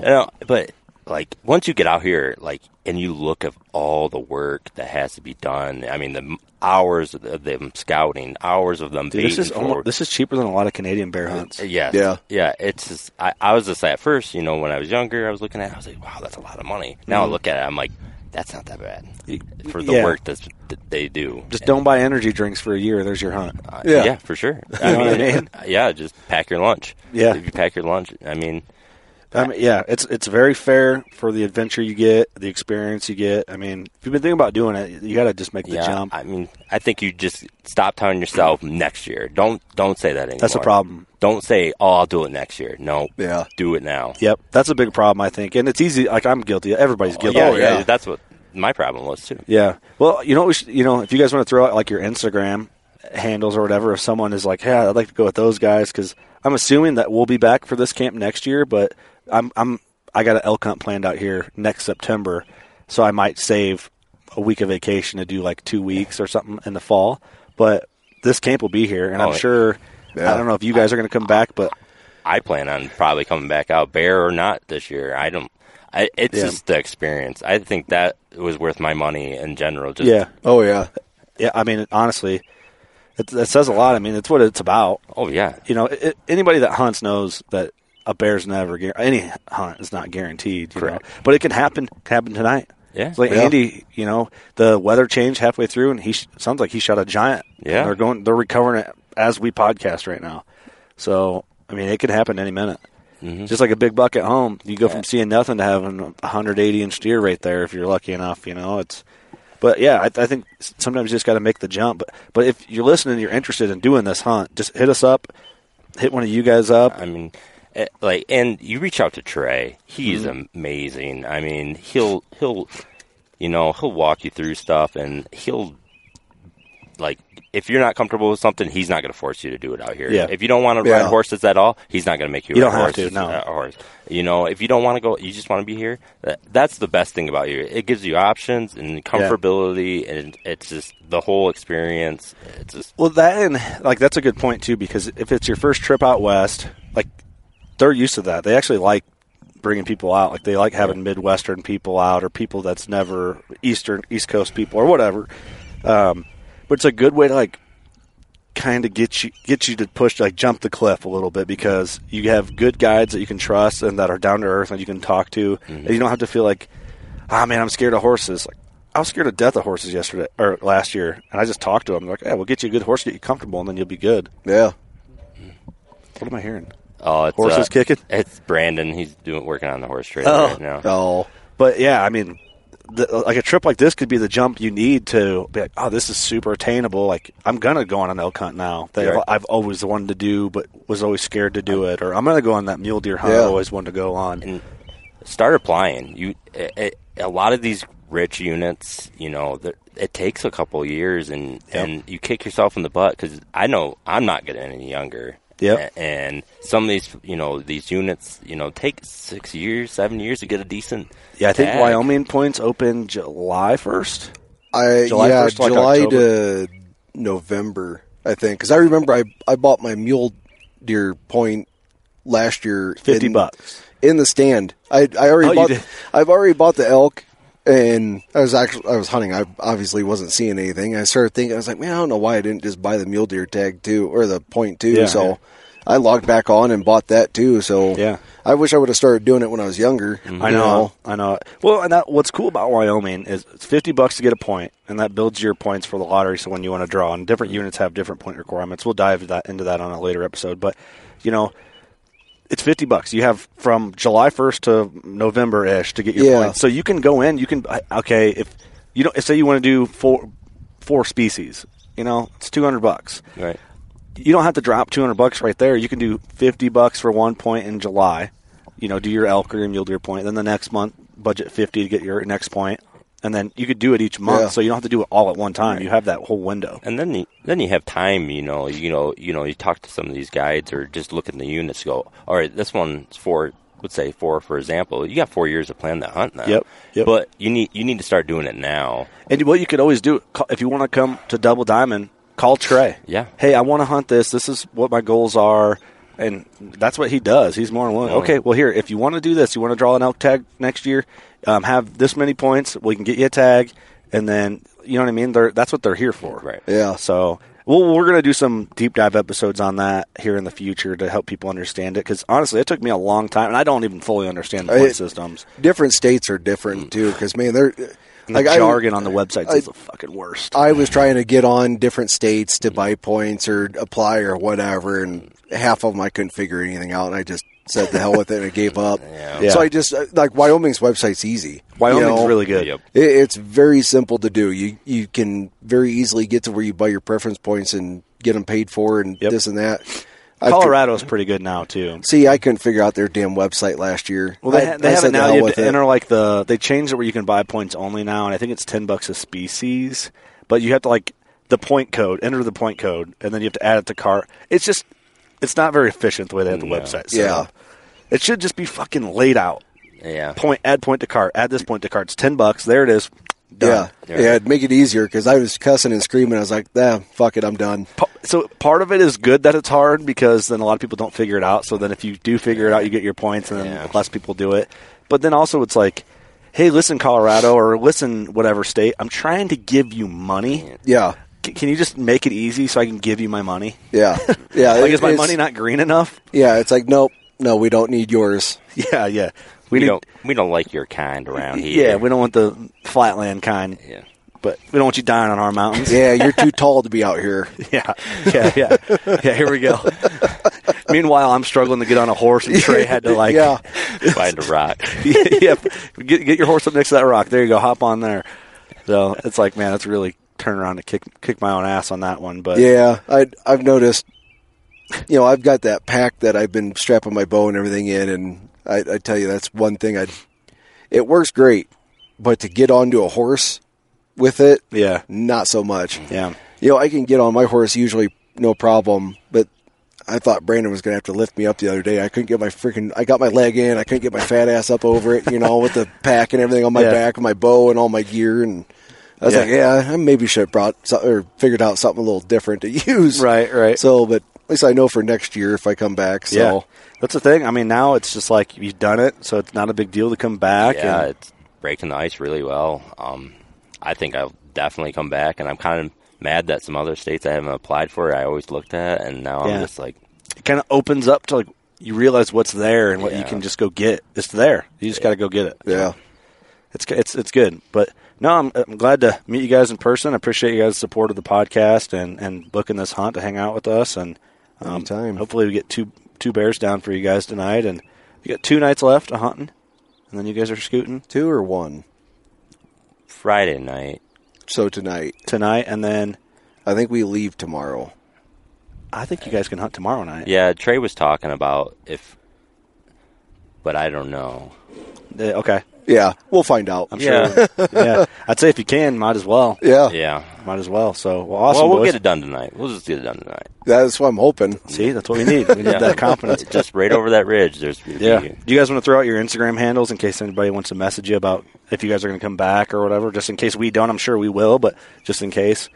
[SPEAKER 5] No.
[SPEAKER 9] no, but like once you get out here, like, and you look at all the work that has to be done. I mean, the m- hours of them scouting, hours of them.
[SPEAKER 2] Dude, this
[SPEAKER 9] baiting
[SPEAKER 2] is
[SPEAKER 9] for-
[SPEAKER 2] almost, this is cheaper than a lot of Canadian bear hunts.
[SPEAKER 9] Uh, Yes. Yeah. Yeah. It's just, I, I was just at first, you know, when I was younger, I was looking at it, I was like, wow, that's a lot of money. Now I
[SPEAKER 2] Mhm.
[SPEAKER 9] look at it, I'm like, that's not that bad for the
[SPEAKER 2] yeah.
[SPEAKER 9] work that's, that they do.
[SPEAKER 2] Just don't buy energy drinks for a year. There's your hunt.
[SPEAKER 9] Uh, yeah. for sure. I
[SPEAKER 2] You know what I
[SPEAKER 9] mean,
[SPEAKER 2] mean?
[SPEAKER 9] yeah, just pack your lunch.
[SPEAKER 2] Yeah.
[SPEAKER 9] If you pack your lunch, I mean,
[SPEAKER 2] I mean, yeah, it's it's very fair for the adventure you get, the experience you get. I mean, if you've been thinking about doing it, you got to just make the
[SPEAKER 9] yeah,
[SPEAKER 2] jump.
[SPEAKER 9] I mean, I think you just stop telling yourself next year. Don't don't say that anymore.
[SPEAKER 2] That's the problem.
[SPEAKER 9] Don't say, oh, I'll do it next year. No.
[SPEAKER 5] Yeah.
[SPEAKER 9] Do it now.
[SPEAKER 2] Yep, that's a big problem, I think, and it's easy. Like I'm guilty. Everybody's guilty.
[SPEAKER 9] Oh, yeah, yeah. That's what my problem was too.
[SPEAKER 2] Yeah. Well, you know, what we should, you know, if you guys want to throw out like your Instagram handles or whatever, if someone is like, "Hey, I'd like to go with those guys," because I'm assuming that we'll be back for this camp next year, but I'm I'm I got an elk hunt planned out here next September, so I might save a week of vacation to do like two weeks or something in the fall. But this camp will be here, and
[SPEAKER 9] Oh,
[SPEAKER 2] I'm sure. I don't know if you guys are going to come back, but
[SPEAKER 9] I plan on probably coming back out, bear or not, this year. I don't. I, it's
[SPEAKER 2] Yeah.
[SPEAKER 9] just the experience. I think that was worth my money in general. Just,
[SPEAKER 2] yeah.
[SPEAKER 5] Oh yeah.
[SPEAKER 2] Yeah. I mean, honestly, it, it says a lot. I mean, it's what it's about.
[SPEAKER 9] Oh yeah.
[SPEAKER 2] You know, it, anybody that hunts knows that a bear's never guar- any hunt is not guaranteed. You
[SPEAKER 9] Correct.
[SPEAKER 2] Know? But it can happen. Can happen tonight.
[SPEAKER 9] Yeah.
[SPEAKER 2] It's like
[SPEAKER 9] Yeah.
[SPEAKER 2] Andy. You know, the weather changed halfway through, and he sh- sounds like he shot a giant.
[SPEAKER 9] Yeah.
[SPEAKER 2] They're going. They're recovering it as we podcast right now. So I mean, it could happen any minute. Just like a big buck at home, you go from seeing nothing to having a 180 inch deer right there if you're lucky enough. You know, it's. But yeah, I, I think s- sometimes you just got to make the jump. But but if you're listening, you're interested in doing this hunt, just hit us up, hit one of you guys up.
[SPEAKER 9] I mean, eh, like, and you reach out to Trey. He's
[SPEAKER 2] Mhm.
[SPEAKER 9] amazing. I mean, he'll he'll, you know, he'll walk you through stuff, and he'll like if you're not comfortable with something, he's not going to force you to do it out here.
[SPEAKER 2] Yeah.
[SPEAKER 9] If you don't want to
[SPEAKER 2] Yeah.
[SPEAKER 9] ride horses at all, he's not going to make you.
[SPEAKER 2] You
[SPEAKER 9] ride
[SPEAKER 2] don't have to,
[SPEAKER 9] horses,
[SPEAKER 2] no.
[SPEAKER 9] uh, horse. You know, if you don't want to go, you just want to be here. That, that's the best thing about here. It gives you options and comfortability, and it's just the whole experience. It's just
[SPEAKER 2] Well, that and like that's a good point too because if it's your first trip out west, like they're used to that. They actually like bringing people out. Like they like having midwestern people out or people that's never eastern east coast people or whatever. Um, but it's a good way to like kind of get you get you to push like jump the cliff a little bit because you have good guides that you can trust and that are down to earth and you can talk to and you don't have to feel like ah man I'm scared of horses like I was scared to death of horses yesterday or last year and I just talked to them like yeah we'll get you a good horse get you comfortable and then you'll be good
[SPEAKER 5] yeah
[SPEAKER 2] what am I hearing
[SPEAKER 9] oh, it's,
[SPEAKER 2] Horses kicking?
[SPEAKER 9] It's Brandon. He's doing working on the horse trailer right now.
[SPEAKER 5] Oh.
[SPEAKER 2] But yeah, I mean, the, like a trip like this could be the jump you need to be like, oh, this is super attainable. Like, I'm going to go on an elk hunt now that
[SPEAKER 5] Right.
[SPEAKER 2] I've always wanted to do, but was always scared to do it. Or I'm going to go on that mule deer hunt
[SPEAKER 9] Yeah.
[SPEAKER 2] I always wanted to go on.
[SPEAKER 9] And start applying. You it, it, a lot of these rich units, you know, they're- it takes a couple years, and and you kick yourself in the butt because I know I'm not getting any younger.
[SPEAKER 2] Yep.
[SPEAKER 9] A- And some of these, you know, these units, you know, take six years, seven years to get a decent.
[SPEAKER 2] yeah, I think
[SPEAKER 9] tag.
[SPEAKER 2] Wyoming points open July 1st.
[SPEAKER 5] I
[SPEAKER 2] July
[SPEAKER 5] yeah,
[SPEAKER 2] 1st, like
[SPEAKER 5] July
[SPEAKER 2] October.
[SPEAKER 5] to November, I think, because I remember I I bought my mule deer point last year,
[SPEAKER 2] 50
[SPEAKER 5] in,
[SPEAKER 2] bucks
[SPEAKER 5] in the stand. I I already
[SPEAKER 2] Oh, you
[SPEAKER 5] bought.
[SPEAKER 2] did.
[SPEAKER 5] I've already bought the elk, and I was actually I was hunting. I obviously wasn't seeing anything. I started thinking, I was like, man, I don't know why I didn't just buy the mule deer tag too or the point too.
[SPEAKER 2] Yeah,
[SPEAKER 5] so
[SPEAKER 2] yeah.
[SPEAKER 5] I logged back on and bought that too. So
[SPEAKER 2] Yeah. Mm-hmm.
[SPEAKER 5] I wish I would have started doing it when I was younger.
[SPEAKER 2] I
[SPEAKER 5] you
[SPEAKER 2] know, I know. Well, and that, what's cool about Wyoming is it's fifty bucks to get a point, and that builds your points for the lottery. So when you want to draw, and different units have different point requirements. We'll dive that, into that on a later episode, but you know, it's fifty bucks. You have from July first to November ish to get your
[SPEAKER 5] Yeah.
[SPEAKER 2] points. So you can go in. You can I- okay if you don't. If say you want to do four four species, you know, it's two hundred bucks.
[SPEAKER 9] Right.
[SPEAKER 2] You don't have to drop two hundred bucks right there. You can do fifty bucks for one point in July. You know, do your elk or your mule deer point. Then the next month, budget fifty to get your next point. and then you could do it each month,
[SPEAKER 9] Yeah.
[SPEAKER 2] so you don't have to do it all at one time. You have that whole window.
[SPEAKER 9] And then you, then you have time, you know, you know, you know, you talk to some of these guides or just look at the units. Go, all right, this one's for let's say four, for example. You got four years to plan that hunt now.
[SPEAKER 2] Yep, yep.
[SPEAKER 9] But you need you need to start doing it now.
[SPEAKER 2] And what you could always do ca- if you want to come to Double Diamond, call Trey.
[SPEAKER 9] Yeah.
[SPEAKER 2] Hey, I want to hunt this. This is what my goals are, and that's what he does. He's more than willing.
[SPEAKER 9] Oh.
[SPEAKER 2] Okay, well here, if you want to do this, you want to draw an elk tag next year, um, have this many points. We can get you a tag, and then you know what I mean. They're, that's what they're here for. Right.
[SPEAKER 5] Yeah.
[SPEAKER 2] So. Well, we're going to do some deep dive episodes on that here in the future to help people understand it. Because honestly, it took me a long time, and I don't even fully understand the
[SPEAKER 5] I-
[SPEAKER 2] point systems.
[SPEAKER 5] Different states are different too, because man, they're
[SPEAKER 2] And Mm. the
[SPEAKER 5] I-
[SPEAKER 2] jargon on the websites is the fucking worst.
[SPEAKER 5] I was trying to get on different states to buy points or apply or whatever, and half of them I couldn't figure anything out, and I just said the hell with it and I gave up.
[SPEAKER 2] Yeah.
[SPEAKER 5] So I just uh, like Wyoming's website's easy.
[SPEAKER 2] Wyoming's really good. Yep.
[SPEAKER 5] It, it's very simple to do. You you can very easily get to where you buy your preference points and get them paid for and this and that. I've-
[SPEAKER 2] Colorado's pretty good now too.
[SPEAKER 5] See, I couldn't figure out their damn website last year.
[SPEAKER 2] Well, they,
[SPEAKER 5] I-
[SPEAKER 2] ha- they
[SPEAKER 5] I
[SPEAKER 2] have
[SPEAKER 5] said
[SPEAKER 2] it
[SPEAKER 5] the
[SPEAKER 2] now.
[SPEAKER 5] hell
[SPEAKER 2] You have
[SPEAKER 5] with
[SPEAKER 2] to
[SPEAKER 5] it.
[SPEAKER 2] enter like the they changed it where you can buy points only now, and I think it's ten bucks a species. But you have to like the point code, enter the point code, and then you have to add it to cart. It's just it's not very efficient the way they have the
[SPEAKER 9] No.
[SPEAKER 2] website.
[SPEAKER 9] Yeah.
[SPEAKER 2] up. it should just be fucking laid out.
[SPEAKER 9] Yeah,
[SPEAKER 2] point add point to cart, add this point to cart. It's ten bucks. There it is.
[SPEAKER 5] Yeah,
[SPEAKER 2] Done.
[SPEAKER 5] yeah, it'd make it easier because I was cussing and screaming. I was like, "Nah, fuck it, I'm done."
[SPEAKER 2] So part of it is good that it's hard because then a lot of people don't figure it out. So then if you do figure it out, you get your points, and then less people do it. But then also it's like, hey, listen, Colorado, or listen, whatever state. I'm trying to give you money.
[SPEAKER 5] Yeah.
[SPEAKER 2] C- can you just make it easy so I can give you my money?
[SPEAKER 5] Yeah, yeah.
[SPEAKER 2] like
[SPEAKER 5] it-
[SPEAKER 2] is my
[SPEAKER 5] it's-
[SPEAKER 2] money not green enough?
[SPEAKER 5] Yeah, it's like nope, no, we don't need yours.
[SPEAKER 2] Yeah, yeah.
[SPEAKER 9] We,
[SPEAKER 2] need-
[SPEAKER 9] don't we don't like your kind around here.
[SPEAKER 2] Yeah, we don't want the flatland kind. Yeah. But we don't want you dying on our mountains.
[SPEAKER 5] Yeah, you're too tall to be out here.
[SPEAKER 2] Yeah, yeah, yeah, yeah. Here we go. Meanwhile, I'm struggling to get on a horse, and Trey had to like,
[SPEAKER 5] Yeah.
[SPEAKER 9] find a rock.
[SPEAKER 2] yeah, yeah. Get, get your horse up next to that rock. There you go. Hop on there. So it's like, man, that's really turn around to kick kick my own ass on that one. But
[SPEAKER 5] yeah, I I've noticed. You know, I've got that pack that I've been strapping my bow and everything in, and I, I tell you, that's one thing I. It works great, but to get onto a horse with it,
[SPEAKER 2] yeah,
[SPEAKER 5] not so much.
[SPEAKER 2] Yeah,
[SPEAKER 5] you know, I can get on my horse usually no problem, but. I thought Brandon was going to have to lift me up the other day. I couldn't get my freaking. I got my leg in. I couldn't get my fat ass up over it. You know, with the pack and everything on my
[SPEAKER 2] Yeah.
[SPEAKER 5] back, and my bow and all my gear, and I was
[SPEAKER 2] Yeah.
[SPEAKER 5] like, yeah, I maybe should have brought so- or figured out something a little different to use.
[SPEAKER 2] Right, right.
[SPEAKER 5] So, but at least I know for next year if I come back. So,
[SPEAKER 2] yeah, that's the thing. I mean, now it's just like you've done it, so it's not a big deal to come back.
[SPEAKER 9] Yeah,
[SPEAKER 2] and-
[SPEAKER 9] it's breaking the ice really well. Um, I think I'll definitely come back, and I'm kind of mad that some other states I haven't applied for. I always looked at, and now
[SPEAKER 2] Yeah.
[SPEAKER 9] I'm just like,
[SPEAKER 2] it kind of opens up to like you realize what's there and what you can just go get. It's there. You just got to go get it.
[SPEAKER 5] Yeah,
[SPEAKER 2] it's it's it's good. But no, I'm, I'm glad to meet you guys in person. I appreciate you guys' support of the podcast and and booking this hunt to hang out with us. And um, hopefully we get two two bears down for you guys tonight. And you got two nights left of hunting, and then you guys are scooting
[SPEAKER 5] two or one
[SPEAKER 9] Friday night.
[SPEAKER 5] So tonight,
[SPEAKER 2] tonight, and then
[SPEAKER 5] I think we leave tomorrow.
[SPEAKER 2] I think you guys can hunt tomorrow night.
[SPEAKER 9] yeah, Trey was talking about if, but I don't know.
[SPEAKER 2] Uh, okay.
[SPEAKER 5] Yeah, we'll find out.
[SPEAKER 2] I'm sure. yeah, I'd say if you can, might as well.
[SPEAKER 5] Yeah.
[SPEAKER 9] Yeah.
[SPEAKER 2] Might as well. So, well, awesome.
[SPEAKER 9] well, we'll
[SPEAKER 2] boys.
[SPEAKER 9] get it done tonight. We'll just get it done tonight.
[SPEAKER 5] That's what I'm hoping.
[SPEAKER 2] See, that's what we need. We need that confidence.
[SPEAKER 9] Just right over that ridge. There's
[SPEAKER 2] Yeah. Do you guys want to throw out your Instagram handles in case anybody wants to message you about if you guys are going to come back or whatever? Just in case we don't, I'm sure we will, but just in case.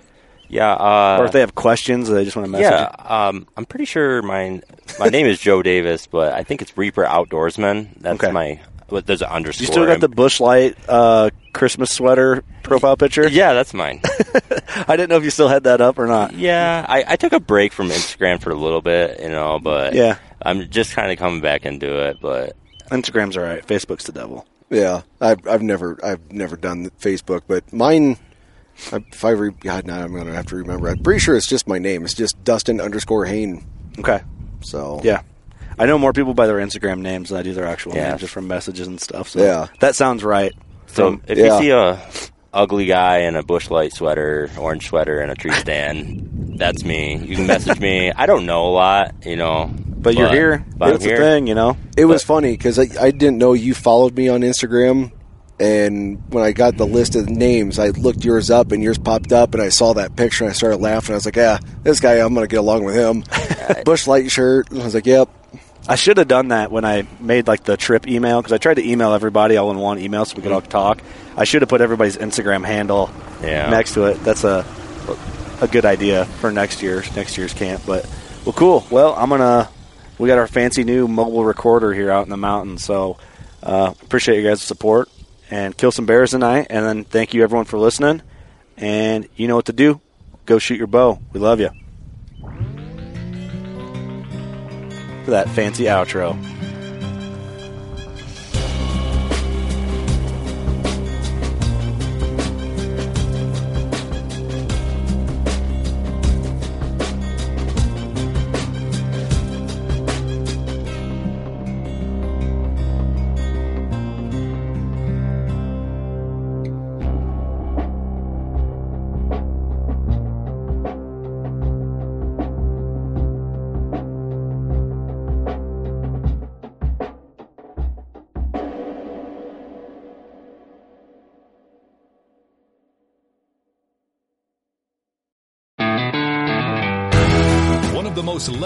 [SPEAKER 9] Yeah. Uh,
[SPEAKER 2] or if they have questions, they just want to message.
[SPEAKER 9] Yeah, um, I'm pretty sure my my name is Joe Davis, but I think it's Reaper Outdoorsman. That's
[SPEAKER 2] Okay.
[SPEAKER 9] my. But there's an underscore.
[SPEAKER 2] You, you still got the Bushlight uh, Christmas sweater profile picture?
[SPEAKER 9] Yeah, that's mine.
[SPEAKER 2] I didn't know if you still had that up or not.
[SPEAKER 9] Yeah, I, I took a break from Instagram for a little bit, you know, but
[SPEAKER 2] Yeah.
[SPEAKER 9] I'm just kind of coming back into it. But
[SPEAKER 2] Instagram's all right. Facebook's the devil.
[SPEAKER 5] Yeah, I've I've never I've never done Facebook, but mine. I- If I re- God, now I'm going to have to remember. I'm pretty sure it's just my name. It's just Dustin underscore Hain.
[SPEAKER 2] Okay.
[SPEAKER 5] So
[SPEAKER 2] Yeah. I know more people by their Instagram names than I do their actual
[SPEAKER 9] Yeah.
[SPEAKER 2] names just from messages and stuff. So
[SPEAKER 9] Yeah.
[SPEAKER 2] that sounds right.
[SPEAKER 9] so
[SPEAKER 2] From-
[SPEAKER 9] if you see a ugly guy in a bushlight sweater, orange sweater, and a tree stand, that's me. You can message me. I don't know a lot, you know,
[SPEAKER 2] But you're here.
[SPEAKER 9] but I'm
[SPEAKER 2] That's the
[SPEAKER 9] here.
[SPEAKER 2] thing, you know.
[SPEAKER 5] It was funny because I, I didn't know you followed me on Instagram And when I got the list of names, I looked yours up, and yours popped up, and I saw that picture, and I started laughing. I was like, "Yeah, this guy, I'm going to get along with him." Bush light shirt. And I was like, "Yep."
[SPEAKER 2] I should have done that when I made like the trip email because I tried to email everybody all in one email so we could all talk. I should have put everybody's Instagram handle
[SPEAKER 9] Yeah.
[SPEAKER 2] next to it. That's a a good idea for next year next year's camp. But well, cool. Well, I'm gonna we got our fancy new mobile recorder here out in the mountains. So uh, appreciate you guys' support and kill some bears tonight. And then thank you everyone for listening. And you know what to do. Go shoot your bow. We love you. For that fancy outro.
[SPEAKER 10] One of the most